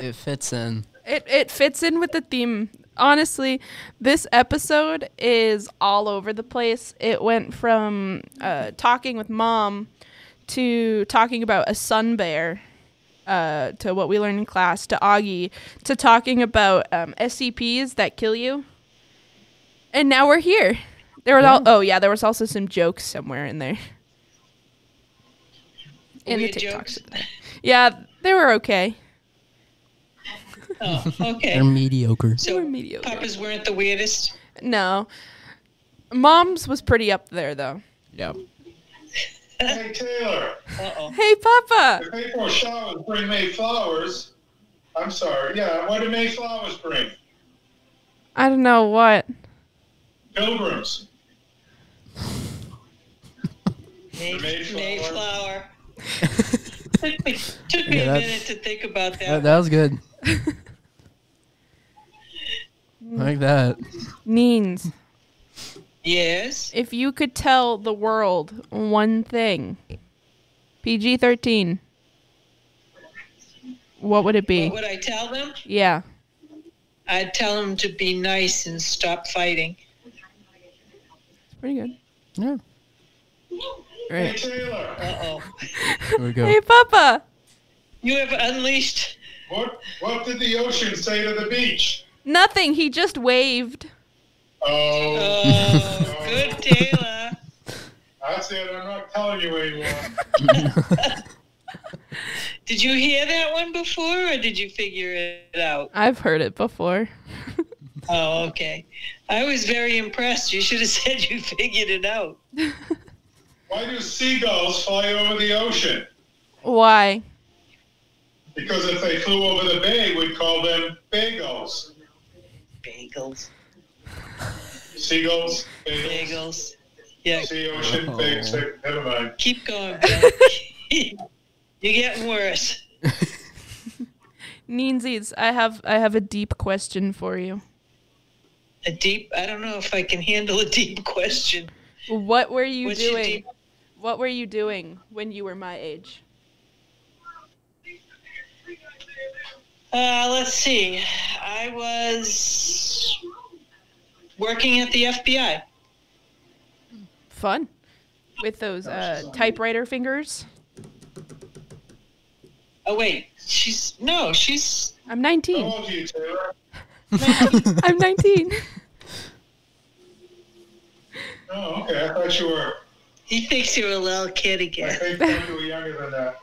[SPEAKER 1] It fits in.
[SPEAKER 2] It It fits in with the theme. Honestly, this episode is all over the place. It went from uh, talking with mom to talking about a sun bear uh, to what we learned in class to Augie to talking about um, SCPs that kill you. And now we're here. There was all oh yeah, there was also some jokes somewhere in there. In the
[SPEAKER 7] Weird
[SPEAKER 2] TikToks.
[SPEAKER 7] jokes.
[SPEAKER 2] Yeah, they were okay.
[SPEAKER 7] Oh, okay.
[SPEAKER 1] They're
[SPEAKER 2] Uh,
[SPEAKER 1] mediocre.
[SPEAKER 2] They
[SPEAKER 7] So
[SPEAKER 2] were mediocre.
[SPEAKER 7] Papas weren't the weirdest.
[SPEAKER 2] No. Mom's was pretty up there though.
[SPEAKER 1] Yep.
[SPEAKER 5] Hey, Taylor,
[SPEAKER 7] Uh-oh.
[SPEAKER 2] Hey Papa.
[SPEAKER 5] if April showers bring May flowers, I'm sorry. Yeah, what do May flowers bring?
[SPEAKER 2] I don't know what.
[SPEAKER 5] Pilgrims.
[SPEAKER 7] May,
[SPEAKER 5] Mayflower.
[SPEAKER 7] Mayflower. took me, took me
[SPEAKER 1] Yeah,
[SPEAKER 7] a
[SPEAKER 1] that's-
[SPEAKER 7] minute to think about
[SPEAKER 1] That,
[SPEAKER 7] that.
[SPEAKER 1] that was good. like that.
[SPEAKER 2] Means
[SPEAKER 7] yes.
[SPEAKER 2] if you could tell the world one thing, PG 13, what would it be?
[SPEAKER 7] What would I tell them?
[SPEAKER 2] Yeah.
[SPEAKER 7] I'd tell them to be nice and stop fighting.
[SPEAKER 2] Pretty good.
[SPEAKER 1] Yeah.
[SPEAKER 5] Hey,
[SPEAKER 1] Great.
[SPEAKER 5] Taylor,
[SPEAKER 7] Uh-oh.
[SPEAKER 1] Here we go.
[SPEAKER 2] Hey, Papa.
[SPEAKER 7] You have unleashed.
[SPEAKER 5] what, what did the ocean say to the beach?
[SPEAKER 2] Nothing. He just waved.
[SPEAKER 5] Oh,
[SPEAKER 7] Oh, good Taylor.
[SPEAKER 5] that's it. I'm not telling you anymore.
[SPEAKER 7] Did you hear that one before, or did you figure it out?
[SPEAKER 2] I've heard it before.
[SPEAKER 7] Oh, okay. I was very impressed. You should have said you figured it out.
[SPEAKER 5] Why do seagulls fly over the ocean?
[SPEAKER 2] Why?
[SPEAKER 5] Because if they flew over the bay, we'd call them bagels.
[SPEAKER 7] Bagels.
[SPEAKER 5] Seagulls, bagels,
[SPEAKER 7] Bagels. Yeah,
[SPEAKER 5] sea ocean,
[SPEAKER 1] Oh.
[SPEAKER 5] figs. Never mind.
[SPEAKER 7] keep going. Bill. You're getting worse.
[SPEAKER 2] Neensies, I have I have a deep question for you.
[SPEAKER 7] A deep. I don't know if I can handle a deep question.
[SPEAKER 2] What were you
[SPEAKER 7] What's your
[SPEAKER 2] doing?
[SPEAKER 7] deep-
[SPEAKER 2] What were you doing when you were my age?
[SPEAKER 7] Uh, let's see. I was working at the FBI.
[SPEAKER 2] Fun. With those uh, typewriter fingers.
[SPEAKER 7] Oh wait, she's no, she's
[SPEAKER 2] I'm
[SPEAKER 5] How
[SPEAKER 2] 19.
[SPEAKER 5] old are you, Taylor?
[SPEAKER 2] I'm 19.
[SPEAKER 5] Oh, okay. I thought you were.
[SPEAKER 7] He thinks you're a little kid
[SPEAKER 5] I
[SPEAKER 7] again.
[SPEAKER 5] think you were younger than that.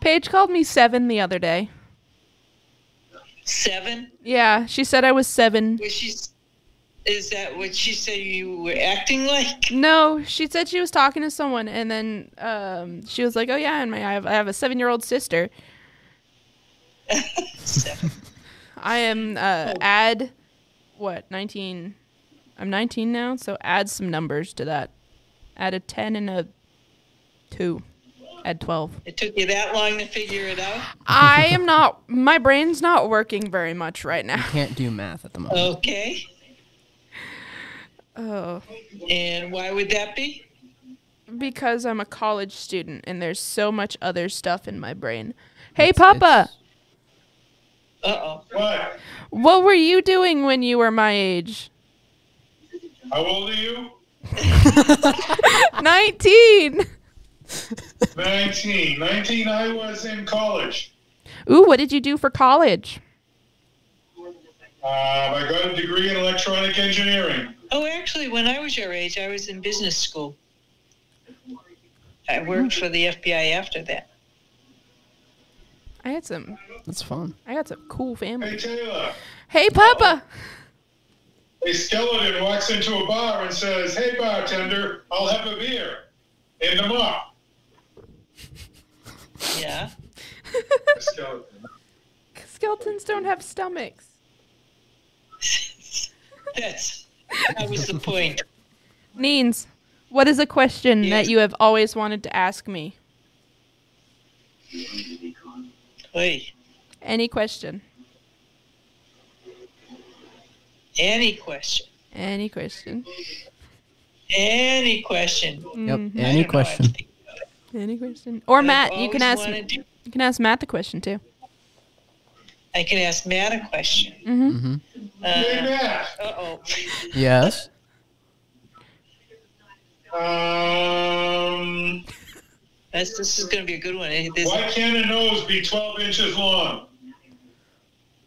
[SPEAKER 2] Paige called me seven the other day.
[SPEAKER 7] Seven?
[SPEAKER 2] Yeah, she said I was seven.
[SPEAKER 7] Was she? Is that what she said you were acting like?
[SPEAKER 2] No, she said she was talking to someone, and then um, she was like, "Oh yeah, and my I have, I have a seven-year-old sister.
[SPEAKER 7] Seven.
[SPEAKER 2] I am uh, add what nineteen? I'm nineteen now, so add some numbers to that. Add a ten and a two. Add twelve.
[SPEAKER 7] It took you that long to figure it out.
[SPEAKER 2] I am not. My brain's not working very much right now.
[SPEAKER 1] Can't do math at the moment.
[SPEAKER 7] Okay.
[SPEAKER 2] Oh,
[SPEAKER 7] And why would that be?
[SPEAKER 2] because I'm a college student, and there's so much other stuff in my brain. Hey, Papa,
[SPEAKER 1] It's-
[SPEAKER 7] Uh oh.
[SPEAKER 5] What?
[SPEAKER 2] what were you doing when you were my age?
[SPEAKER 5] How old are you?
[SPEAKER 2] Nineteen.
[SPEAKER 5] 19. 19, I was in college.
[SPEAKER 2] Ooh, what did you do for college?
[SPEAKER 5] Um, I got a degree in electronic engineering.
[SPEAKER 7] Oh, actually, when I was your age, I was in business school. I worked for the FBI after that.
[SPEAKER 2] I had some.
[SPEAKER 1] That's fun.
[SPEAKER 2] I got some cool family.
[SPEAKER 5] Hey, Taylor.
[SPEAKER 2] Hey, Papa.
[SPEAKER 5] A skeleton walks into a bar and says, Hey, bartender, I'll have a beer. In the mop.
[SPEAKER 7] Yeah.
[SPEAKER 5] A skeleton.
[SPEAKER 2] Skeletons don't have stomachs.
[SPEAKER 7] That's that was the point.
[SPEAKER 2] Neens, what is a question
[SPEAKER 7] Yes.
[SPEAKER 2] that you have always wanted to ask me?
[SPEAKER 7] Wait.
[SPEAKER 2] Any question.
[SPEAKER 7] Any question?
[SPEAKER 2] Any question.
[SPEAKER 7] Any question?
[SPEAKER 1] Yep. Any
[SPEAKER 2] Mhm.
[SPEAKER 7] I don't know, I
[SPEAKER 1] question?
[SPEAKER 7] think
[SPEAKER 2] Any question. Or Matt,
[SPEAKER 7] I've
[SPEAKER 2] you can
[SPEAKER 7] always
[SPEAKER 2] ask.
[SPEAKER 7] wanted to-
[SPEAKER 2] You can ask Matt the question too.
[SPEAKER 7] I can ask Matt a question.
[SPEAKER 2] Mm-hmm.
[SPEAKER 1] Mm-hmm.
[SPEAKER 5] Hey,
[SPEAKER 7] Uh
[SPEAKER 5] Matt.
[SPEAKER 7] oh.
[SPEAKER 1] Yes.
[SPEAKER 5] Um,
[SPEAKER 7] This, this is going to be a good one. Eh, This,
[SPEAKER 5] why can't a nose be 12 inches long?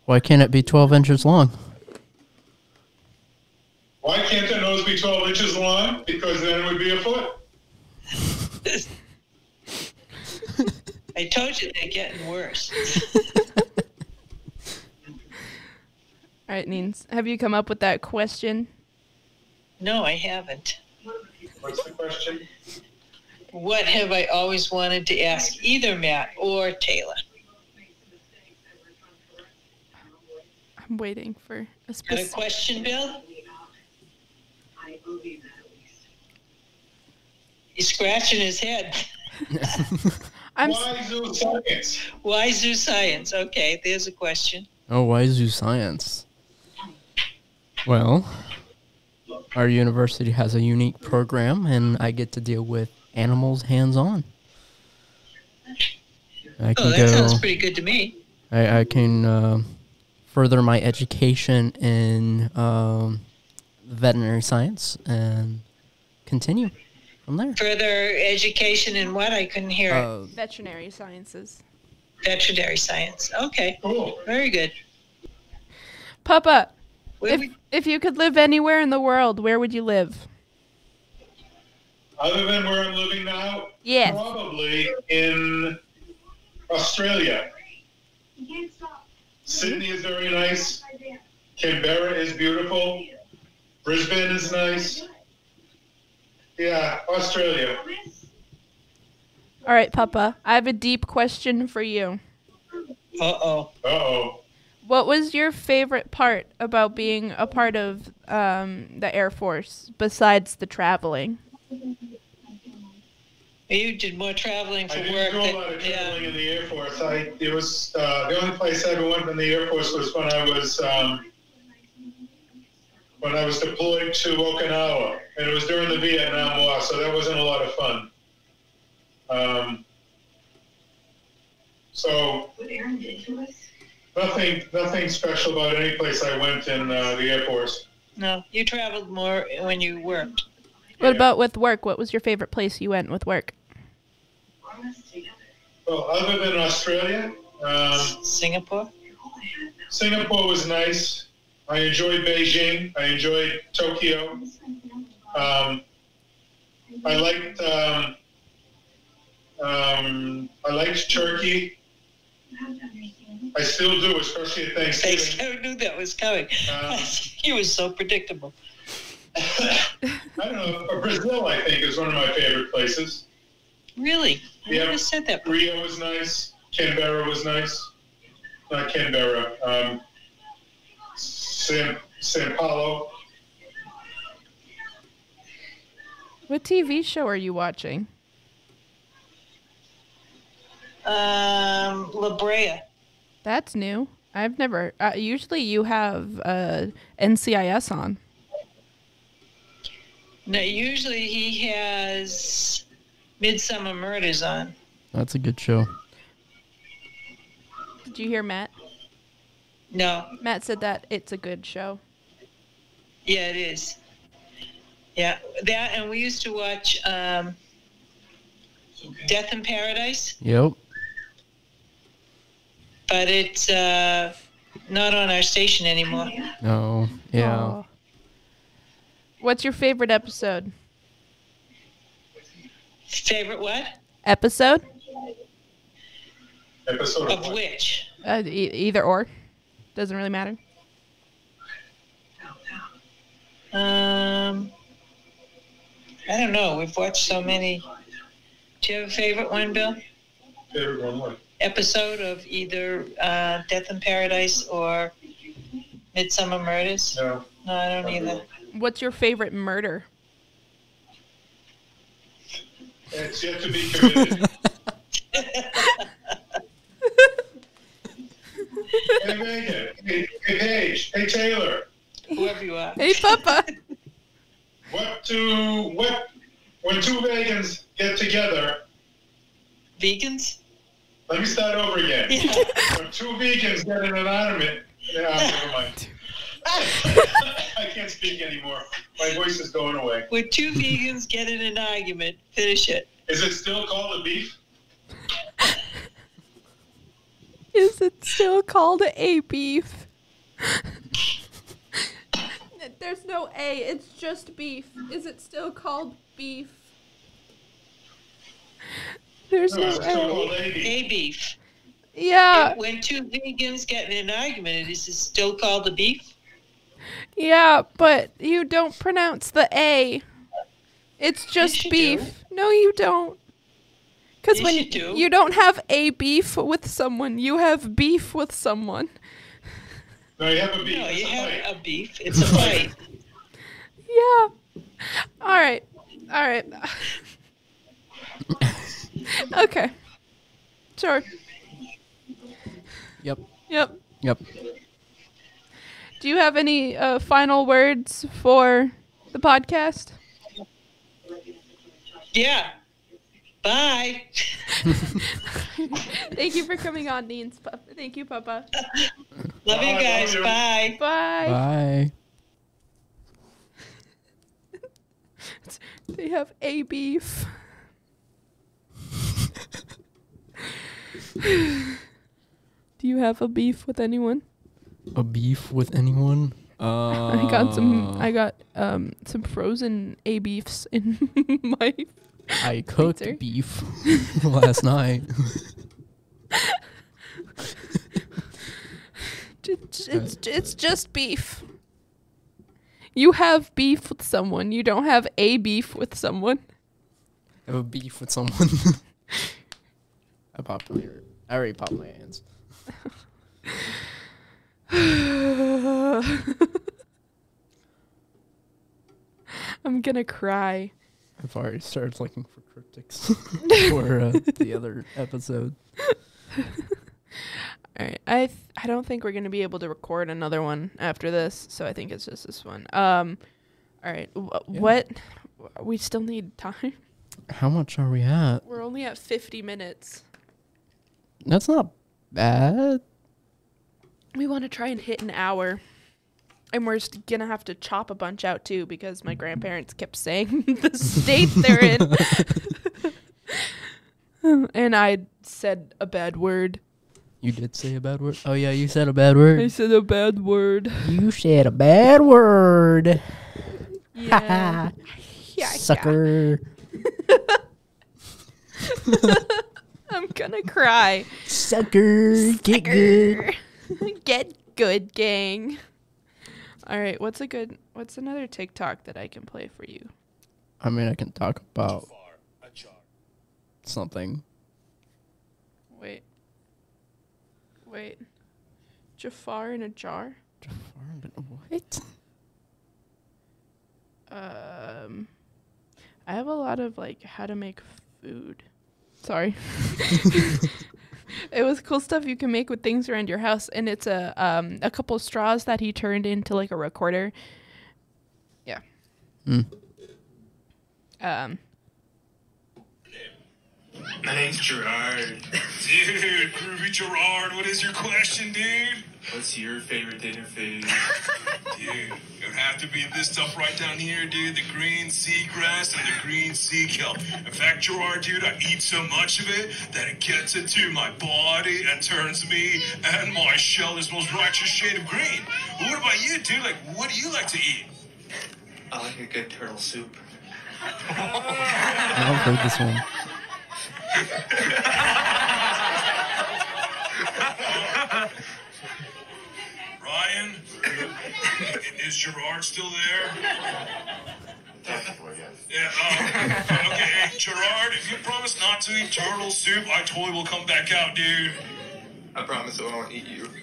[SPEAKER 1] Why can't it be 12 inches long?
[SPEAKER 5] Why can't the nose be 12 inches long? Because then it would be a foot.
[SPEAKER 7] I told you they're getting worse.
[SPEAKER 2] All right, Neens, have you come up with that question?
[SPEAKER 7] No, I haven't.
[SPEAKER 5] What's the question?
[SPEAKER 7] What have I always wanted to ask either Matt or Taylor?
[SPEAKER 2] I'm waiting for a
[SPEAKER 7] Got a
[SPEAKER 2] specific.
[SPEAKER 7] question, Bill? He's scratching his head.
[SPEAKER 2] I'm. s-
[SPEAKER 5] Why zoo science?
[SPEAKER 7] Why zoo science? Okay, there's a question.
[SPEAKER 1] Oh, why zoo science? Well, our university has a unique program, and I get to deal with animals hands on. I can
[SPEAKER 7] Oh, that
[SPEAKER 1] go.
[SPEAKER 7] sounds pretty good to me.
[SPEAKER 1] I, I can uh, further my education in um, veterinary science and continue from there.
[SPEAKER 7] Further education in what? I couldn't hear it.
[SPEAKER 1] Uh,
[SPEAKER 2] Veterinary sciences.
[SPEAKER 7] Veterinary science. Okay.
[SPEAKER 5] Cool.
[SPEAKER 7] Very good.
[SPEAKER 2] Papa,
[SPEAKER 7] Where
[SPEAKER 2] if,
[SPEAKER 7] would-
[SPEAKER 2] if you could live anywhere in the world, where would you live?
[SPEAKER 5] Other than where I'm living now,
[SPEAKER 2] Yes.
[SPEAKER 5] probably in Australia. Sydney is very nice. Canberra is beautiful. Brisbane is nice. Yeah, Australia.
[SPEAKER 2] All right, Papa. I have a deep question for you.
[SPEAKER 7] uh oh.
[SPEAKER 5] Uh oh.
[SPEAKER 2] What was your favorite part about being a part of um, the Air Force besides the traveling?
[SPEAKER 7] You did more traveling
[SPEAKER 5] I
[SPEAKER 7] for
[SPEAKER 5] didn't
[SPEAKER 7] work.
[SPEAKER 5] do a
[SPEAKER 7] than-
[SPEAKER 5] lot of traveling
[SPEAKER 7] yeah.
[SPEAKER 5] in the Air Force. I it was uh, the only place I ever went in the Air Force was when I was um, when I was deployed to Okinawa, and it was during the Vietnam War, so that wasn't a lot of fun. Um, so nothing nothing special about any place I went in uh, the Air Force.
[SPEAKER 7] No, you traveled more when you worked.
[SPEAKER 2] What about with work? What was your favorite place you went with work?
[SPEAKER 5] Well, other than Australia. Um,
[SPEAKER 7] Singapore?
[SPEAKER 5] Singapore was nice. I enjoyed Beijing. I enjoyed Tokyo. Um, I liked um, um, I liked Turkey. I still do, especially at
[SPEAKER 7] I
[SPEAKER 5] Thanksgiving.
[SPEAKER 7] so knew that was coming.
[SPEAKER 5] Um,
[SPEAKER 7] he was so predictable.
[SPEAKER 5] I don't know. uh, Brazil, I think, is one of my favorite places.
[SPEAKER 7] Really? I
[SPEAKER 5] Yeah.
[SPEAKER 7] never said that.
[SPEAKER 5] Rio was nice. Canberra was nice. Not Canberra. Um, San San Paulo.
[SPEAKER 2] What TV show are you watching?
[SPEAKER 7] Um, La Brea.
[SPEAKER 2] That's new. I've never. Uh, usually, you have uh, NCIS on.
[SPEAKER 7] No, usually he has Midsummer Murders on.
[SPEAKER 1] that's a good show.
[SPEAKER 2] Did you hear Matt?
[SPEAKER 7] No,
[SPEAKER 2] Matt said that it's a good show.
[SPEAKER 7] yeah, it is. Yeah, that and we used to watch um, Death in Paradise,
[SPEAKER 1] Yep.
[SPEAKER 7] but it's uh, not on our station anymore.
[SPEAKER 1] No. Yeah.
[SPEAKER 2] Aw. What's your favorite episode?
[SPEAKER 7] Favorite what?
[SPEAKER 2] Episode?
[SPEAKER 5] Episode
[SPEAKER 7] Of
[SPEAKER 5] one.
[SPEAKER 7] which?
[SPEAKER 2] Uh, e- either or. Doesn't really matter.
[SPEAKER 7] Um, I don't know. We've watched so many. Do you have a favorite one, Bill?
[SPEAKER 5] Favorite one. what?
[SPEAKER 7] Episode of either uh, Death in Paradise or Midsummer Murders?
[SPEAKER 5] No.
[SPEAKER 7] No, I don't either.
[SPEAKER 2] What's your favorite murder?
[SPEAKER 5] It's yet to be committed. hey, Megan. Hey, hey, Paige. Hey, Taylor.
[SPEAKER 7] Whoever you are.
[SPEAKER 2] Hey, Papa.
[SPEAKER 5] What do, what, when two vegans get together,
[SPEAKER 7] Vegans?
[SPEAKER 5] let me start over again.
[SPEAKER 7] Yeah.
[SPEAKER 5] When two vegans get in an argument, yeah, never mind. I can't speak anymore. My voice is going away.
[SPEAKER 7] Would two vegans get in an argument? Finish it.
[SPEAKER 5] Is it still called a beef?
[SPEAKER 2] Is it still called a beef? There's no A, it's just beef. Is it still called beef? There's
[SPEAKER 5] No,
[SPEAKER 2] no
[SPEAKER 5] it's still called
[SPEAKER 2] A.
[SPEAKER 5] a beef.
[SPEAKER 7] A beef.
[SPEAKER 2] Yeah,
[SPEAKER 7] when two vegans get in an argument, is it still called a beef?
[SPEAKER 2] yeah, but you don't pronounce the A. It's just
[SPEAKER 7] you
[SPEAKER 2] beef. No, you don't. Because
[SPEAKER 7] Yes,
[SPEAKER 2] when
[SPEAKER 7] you do.
[SPEAKER 2] you don't have a beef with someone, you have beef with someone.
[SPEAKER 5] No, you have a beef.
[SPEAKER 7] No,
[SPEAKER 5] It's
[SPEAKER 7] you
[SPEAKER 5] a fight.
[SPEAKER 7] have a beef. It's a fight.
[SPEAKER 2] Yeah. All right. All right. okay. Sure.
[SPEAKER 1] Yep.
[SPEAKER 2] Yep.
[SPEAKER 1] Yep.
[SPEAKER 2] Do you have any uh, final words for the podcast?
[SPEAKER 7] Yeah. Bye.
[SPEAKER 2] Thank you for coming on, Dean's. Papa. Thank you, Papa.
[SPEAKER 7] Love you
[SPEAKER 5] Bye, love
[SPEAKER 7] guys.
[SPEAKER 5] you.
[SPEAKER 7] Bye.
[SPEAKER 1] Bye.
[SPEAKER 2] Bye. They have a beef. Do you have a beef with anyone?
[SPEAKER 1] A beef with anyone? Uh,
[SPEAKER 2] I got some. I got um some frozen a beefs in my.
[SPEAKER 1] I cooked
[SPEAKER 2] Pizza.
[SPEAKER 1] beef last night.
[SPEAKER 2] It's, it's it's just beef. You have beef with someone. You don't have a beef with someone.
[SPEAKER 1] have a beef with someone. I popped my. I already popped my hands.
[SPEAKER 2] I'm gonna cry.
[SPEAKER 1] I've already started looking for cryptics for uh, the other episode.
[SPEAKER 2] All right. I th- I don't think we're gonna be able to record another one after this, so I think it's just this one. Um, all right. Wh- What? We still need time.
[SPEAKER 1] How much are we at?
[SPEAKER 2] We're only at 50 minutes.
[SPEAKER 1] That's not bad.
[SPEAKER 2] We want to try and hit an hour. And we're just gonna have to chop a bunch out too because my grandparents kept saying the state they're in. and I said a bad word.
[SPEAKER 1] You did say a bad word. Oh yeah, you said a bad
[SPEAKER 2] I
[SPEAKER 1] word.
[SPEAKER 2] said a bad word.
[SPEAKER 1] You said a bad word,
[SPEAKER 2] Yeah. yeah, yeah.
[SPEAKER 1] sucker.
[SPEAKER 2] I'm gonna cry.
[SPEAKER 1] Sucker, get good.
[SPEAKER 2] Get good, gang. All right, what's a good what's another TikTok that I can play for you?
[SPEAKER 1] I mean, I can talk about something.
[SPEAKER 2] Wait. Wait. Jafar in a jar?
[SPEAKER 1] What?
[SPEAKER 2] Um, I have a lot of like how to make food. Sorry. it was cool stuff you can make with things around your house, and it's a um a couple straws that he turned into like a recorder. Yeah. Um.
[SPEAKER 5] My name's Gerard. Dude, Groovy Gerard, what is your question, dude? What's your favorite dinner food? dude, it would have to be this stuff right down here, dude. The green sea grass and the green sea kelp. In fact, Gerard, dude, I eat so much of it that it gets into my body and turns me and my shell this most righteous shade of green. But what about you, dude? Like, what do you like to eat?
[SPEAKER 8] I like a good turtle soup.
[SPEAKER 1] I've heard this one.
[SPEAKER 5] Ryan? is Gerard still there?
[SPEAKER 8] Technically, yes.
[SPEAKER 5] Yeah, oh, okay, Gerard, if you promise not to eat turtle soup, I totally will come back out, dude.
[SPEAKER 8] I promise I won't eat you.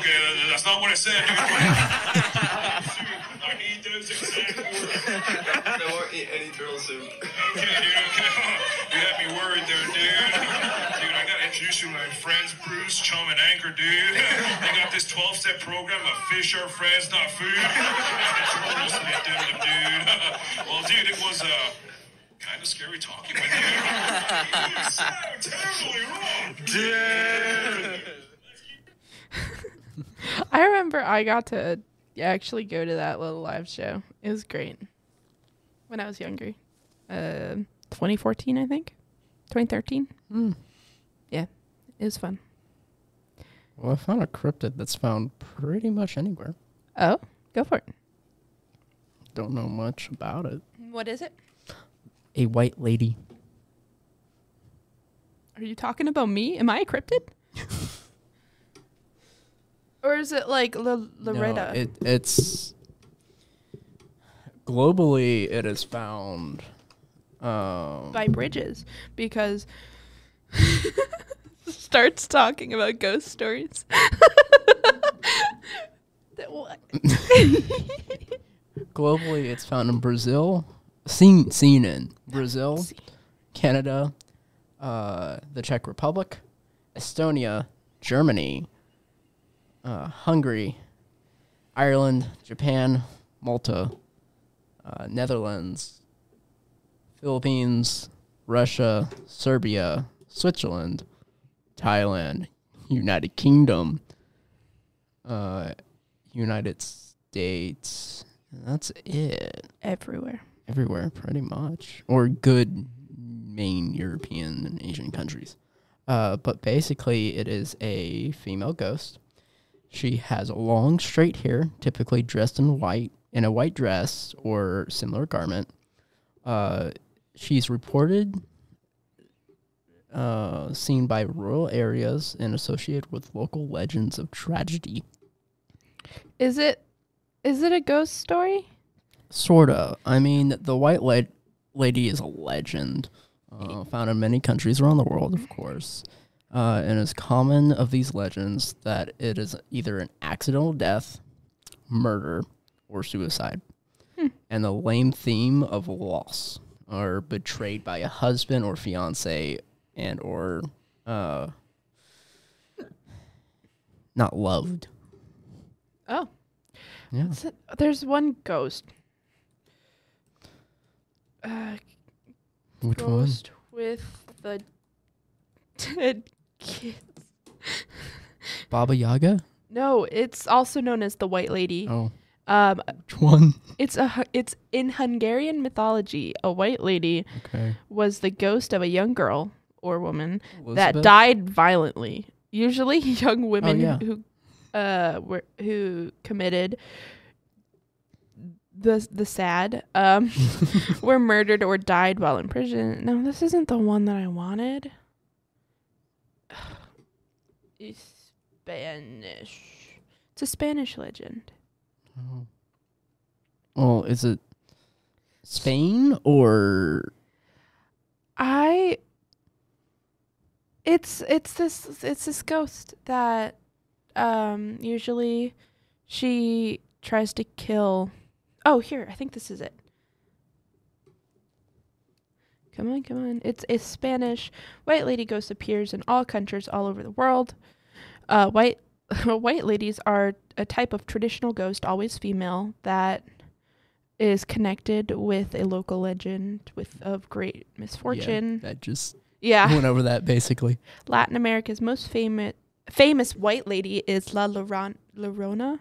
[SPEAKER 5] Okay, th- that's not what I said, dude. I need those exact words.
[SPEAKER 8] I won't eat any turtle soup.
[SPEAKER 5] Okay, dude, okay. You had me worried there, dude. Dude, I gotta introduce you to my friends, Bruce, Chum, and Anchor, dude. They got this 12 step program of fish are friends, not food. That's what most of them did to them, dude. Well, dude, it was, uh, kind of scary talking with you. You sound terribly wrong. Dude.
[SPEAKER 2] I remember I got to actually go to that little live show. It was great. When I was younger. Uh, 2014, I think. 2013. Yeah. It was fun.
[SPEAKER 1] Well, I found a cryptid that's found pretty much anywhere.
[SPEAKER 2] Oh, go for it.
[SPEAKER 1] Don't know much about it.
[SPEAKER 2] What is it?
[SPEAKER 1] A white lady.
[SPEAKER 2] Are you talking about me? Am I a cryptid? or is it like L-
[SPEAKER 1] No,
[SPEAKER 2] Loretta?
[SPEAKER 1] it, it's globally it is found. Um,
[SPEAKER 2] by Bridges because starts talking about ghost stories. That wa-
[SPEAKER 1] globally, it's found in Brazil, seen seen in Brazil,
[SPEAKER 2] seen.
[SPEAKER 1] Canada, uh, the Czech Republic, Estonia, Germany, uh, Hungary, Ireland, Japan, Malta, uh, Netherlands, Philippines, Russia, Serbia, Switzerland, Thailand, United Kingdom, uh, United States. And that's it.
[SPEAKER 2] Everywhere.
[SPEAKER 1] everywhere pretty much, or good main European and Asian countries. Uh, but basically, it is a female ghost. She has long straight hair, typically dressed in white, in a white dress or similar garment. Uh, she's reported uh, seen by rural areas and associated with local legends of tragedy.
[SPEAKER 2] Is it is it a ghost story?
[SPEAKER 1] Sort of. I mean, the White le- Lady is a legend, uh, found in many countries around the world, of course. Uh, and it's common of these legends that it is either an accidental death, murder, or suicide. And the lame theme of loss or betrayed by a husband or fiance and or uh, not loved.
[SPEAKER 2] Oh.
[SPEAKER 1] Yeah.
[SPEAKER 2] Is it- There's one ghost. Uh,
[SPEAKER 1] Which
[SPEAKER 2] ghost with the dead kid.
[SPEAKER 1] Baba Yaga?
[SPEAKER 2] No, it's also known as the White Lady.
[SPEAKER 1] Oh.
[SPEAKER 2] Um,
[SPEAKER 1] Which one?
[SPEAKER 2] it's a hu- it's in Hungarian mythology. A white lady
[SPEAKER 1] Okay.
[SPEAKER 2] was the ghost of a young girl or woman that
[SPEAKER 1] Elizabeth? Oh,
[SPEAKER 2] died violently. Usually, young women
[SPEAKER 1] yeah.
[SPEAKER 2] who uh, were who committed the the sad um, were murdered or died while in prison. No, this isn't the one that I wanted. It's Spanish. It's a Spanish legend.
[SPEAKER 1] Well, is it Spain or
[SPEAKER 2] I it's it's this it's this ghost that um usually she tries to kill Oh, here. I think this is it. Come on, come on. It's a Spanish white lady ghost appears in all countries all over the world. Uh, white white ladies are a type of traditional ghost, always female, that is connected with a local legend with of great misfortune.
[SPEAKER 1] Yeah, that just
[SPEAKER 2] Yeah.
[SPEAKER 1] went over that basically.
[SPEAKER 2] Latin America's most famous famous white lady is La Lloron- Llorona,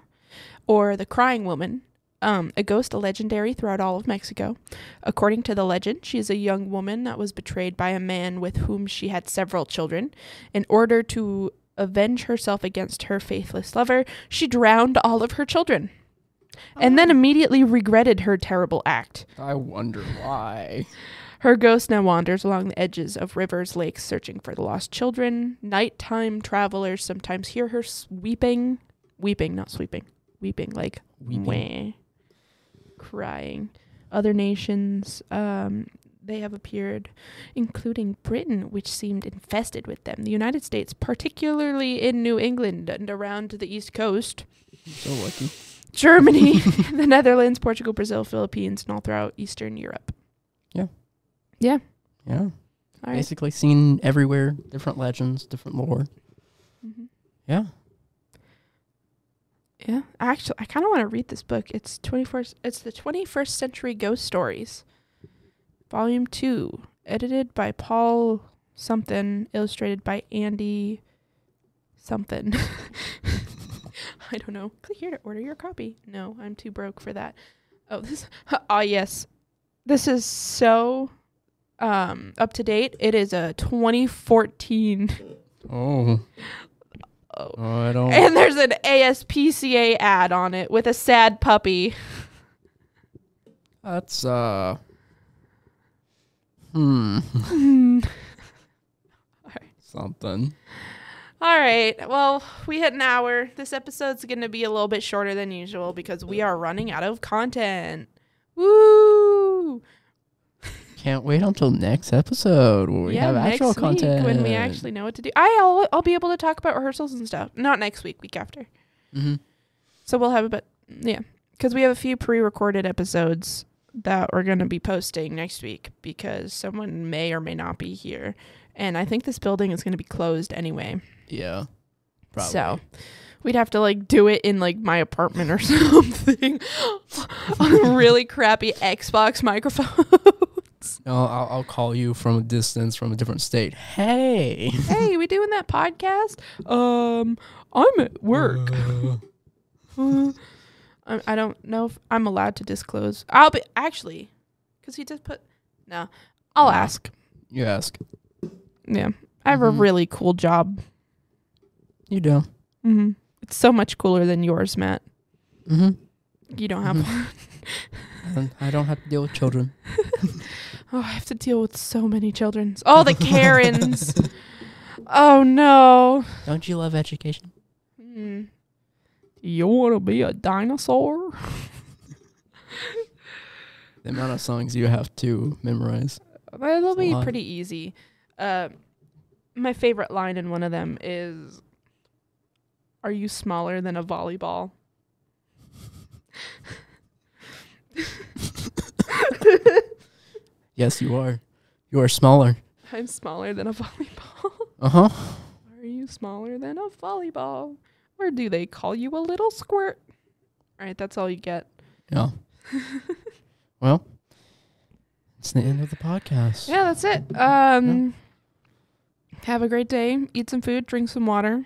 [SPEAKER 2] or the Crying Woman, um, a ghost legendary throughout all of Mexico. According to the legend, she is a young woman that was betrayed by a man with whom she had several children. In order to avenge herself against her faithless lover, she drowned all of her children. And then immediately regretted her terrible act.
[SPEAKER 1] I wonder why.
[SPEAKER 2] Her ghost now wanders along the edges of rivers, lakes, searching for the lost children. Nighttime travelers sometimes hear her s- weeping, weeping, not sweeping, weeping, like
[SPEAKER 1] Weeping.
[SPEAKER 2] wah, crying. Other nations, um, they have appeared, including Britain, which seemed infested with them. The United States, particularly in New England and around the East Coast,
[SPEAKER 1] So lucky.
[SPEAKER 2] Germany, the Netherlands, Portugal, Brazil, Philippines, and all throughout Eastern Europe.
[SPEAKER 1] Yeah.
[SPEAKER 2] Yeah.
[SPEAKER 1] Yeah.
[SPEAKER 2] All right.
[SPEAKER 1] Basically seen everywhere, different legends, different lore.
[SPEAKER 2] Mhm.
[SPEAKER 1] Yeah.
[SPEAKER 2] Yeah, actually, I kind of want to read this book. It's twenty first. It's the twenty first century ghost stories, volume two, edited by Paul something, illustrated by Andy something. I don't know. Click here to order your copy. No, I'm too broke for that. Oh, this. Ah, yes, this is so um up to date. It is a twenty fourteen.
[SPEAKER 1] Oh.
[SPEAKER 2] Oh.
[SPEAKER 1] I don't
[SPEAKER 2] And there's an ASPCA ad on it with a sad puppy.
[SPEAKER 1] that's uh Hmm. Something.
[SPEAKER 2] All right. Well, we hit an hour. This episode's going to be a little bit shorter than usual because we are running out of content. Woo!
[SPEAKER 1] Can't wait until next episode where we have actual
[SPEAKER 2] next
[SPEAKER 1] content.
[SPEAKER 2] week when we actually know what to do. I'll I'll be able to talk about rehearsals and stuff. Not next week, week after.
[SPEAKER 1] Mhm.
[SPEAKER 2] So we'll have a bit, yeah, because we have a few pre-recorded episodes that we're going to be posting next week because someone may or may not be here, and I think this building is going to be closed anyway.
[SPEAKER 1] Yeah. Probably.
[SPEAKER 2] So we'd have to like do it in like my apartment or something on really crappy Xbox microphones.
[SPEAKER 1] No, I'll, I'll call you from a distance from a different state. Hey.
[SPEAKER 2] hey, we doing that podcast? Um, I'm at work.
[SPEAKER 1] Uh.
[SPEAKER 2] I, I don't know if I'm allowed to disclose. I'll be actually Because he just put. No. I'll ask.
[SPEAKER 1] You ask.
[SPEAKER 2] Yeah. I have
[SPEAKER 1] Mm-hmm.
[SPEAKER 2] a really cool job.
[SPEAKER 1] You do.
[SPEAKER 2] Mm-hmm. It's so much cooler than yours, Matt.
[SPEAKER 1] Mm-hmm.
[SPEAKER 2] You don't have one.
[SPEAKER 1] And I don't have to deal with children.
[SPEAKER 2] Oh, I have to deal with so many children. Oh, the Karens. oh, no.
[SPEAKER 1] Don't you love education?
[SPEAKER 2] Hmm. You want to be a dinosaur?
[SPEAKER 1] The amount of songs you have to memorize.
[SPEAKER 2] That'll be
[SPEAKER 1] lot.
[SPEAKER 2] pretty easy. Uh, my favorite line in one of them is Are you smaller than a volleyball?
[SPEAKER 1] Yes, you are. You are smaller.
[SPEAKER 2] I'm smaller than a volleyball.
[SPEAKER 1] Uh huh.
[SPEAKER 2] Are you smaller than a volleyball? Or do they call you a little squirt? All right, that's all you get.
[SPEAKER 1] Yeah. well, it's the end of the podcast.
[SPEAKER 2] Yeah, that's it. Um, Have a great day. Eat some food. Drink some water.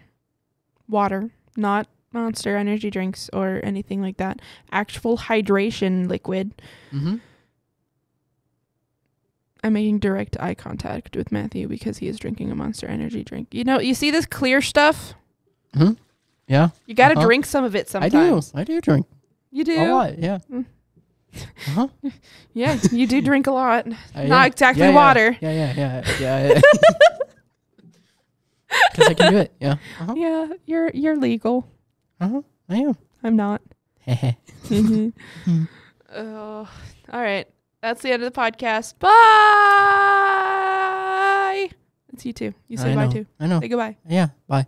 [SPEAKER 2] Water, not monster energy drinks or anything like that. Actual hydration liquid.
[SPEAKER 1] Mm-hmm.
[SPEAKER 2] I'm making direct eye contact with Matthew because he is drinking a monster energy drink. You know, you see this clear stuff?
[SPEAKER 1] Hmm? Yeah.
[SPEAKER 2] You got to
[SPEAKER 1] Uh-huh.
[SPEAKER 2] drink some of it
[SPEAKER 1] I
[SPEAKER 2] sometimes.
[SPEAKER 1] do. I do drink
[SPEAKER 2] You do?
[SPEAKER 1] a lot. Yeah.
[SPEAKER 2] Mm.
[SPEAKER 1] Uh huh.
[SPEAKER 2] Yeah, you do drink a lot.
[SPEAKER 1] Uh,
[SPEAKER 2] Not
[SPEAKER 1] yeah.
[SPEAKER 2] exactly
[SPEAKER 1] Yeah, yeah.
[SPEAKER 2] water.
[SPEAKER 1] Yeah, yeah, yeah, yeah. Because I can do it. Yeah. Uh huh.
[SPEAKER 2] Yeah, you're you're legal.
[SPEAKER 1] Uh huh. I am.
[SPEAKER 2] I'm not.
[SPEAKER 1] Heh
[SPEAKER 2] Mm-hmm.
[SPEAKER 1] Hmm.
[SPEAKER 2] Oh, all right. That's the end of the podcast. Bye. It's you too. You say
[SPEAKER 1] I
[SPEAKER 2] bye
[SPEAKER 1] know.
[SPEAKER 2] too.
[SPEAKER 1] I know.
[SPEAKER 2] Say goodbye.
[SPEAKER 1] Yeah. Bye.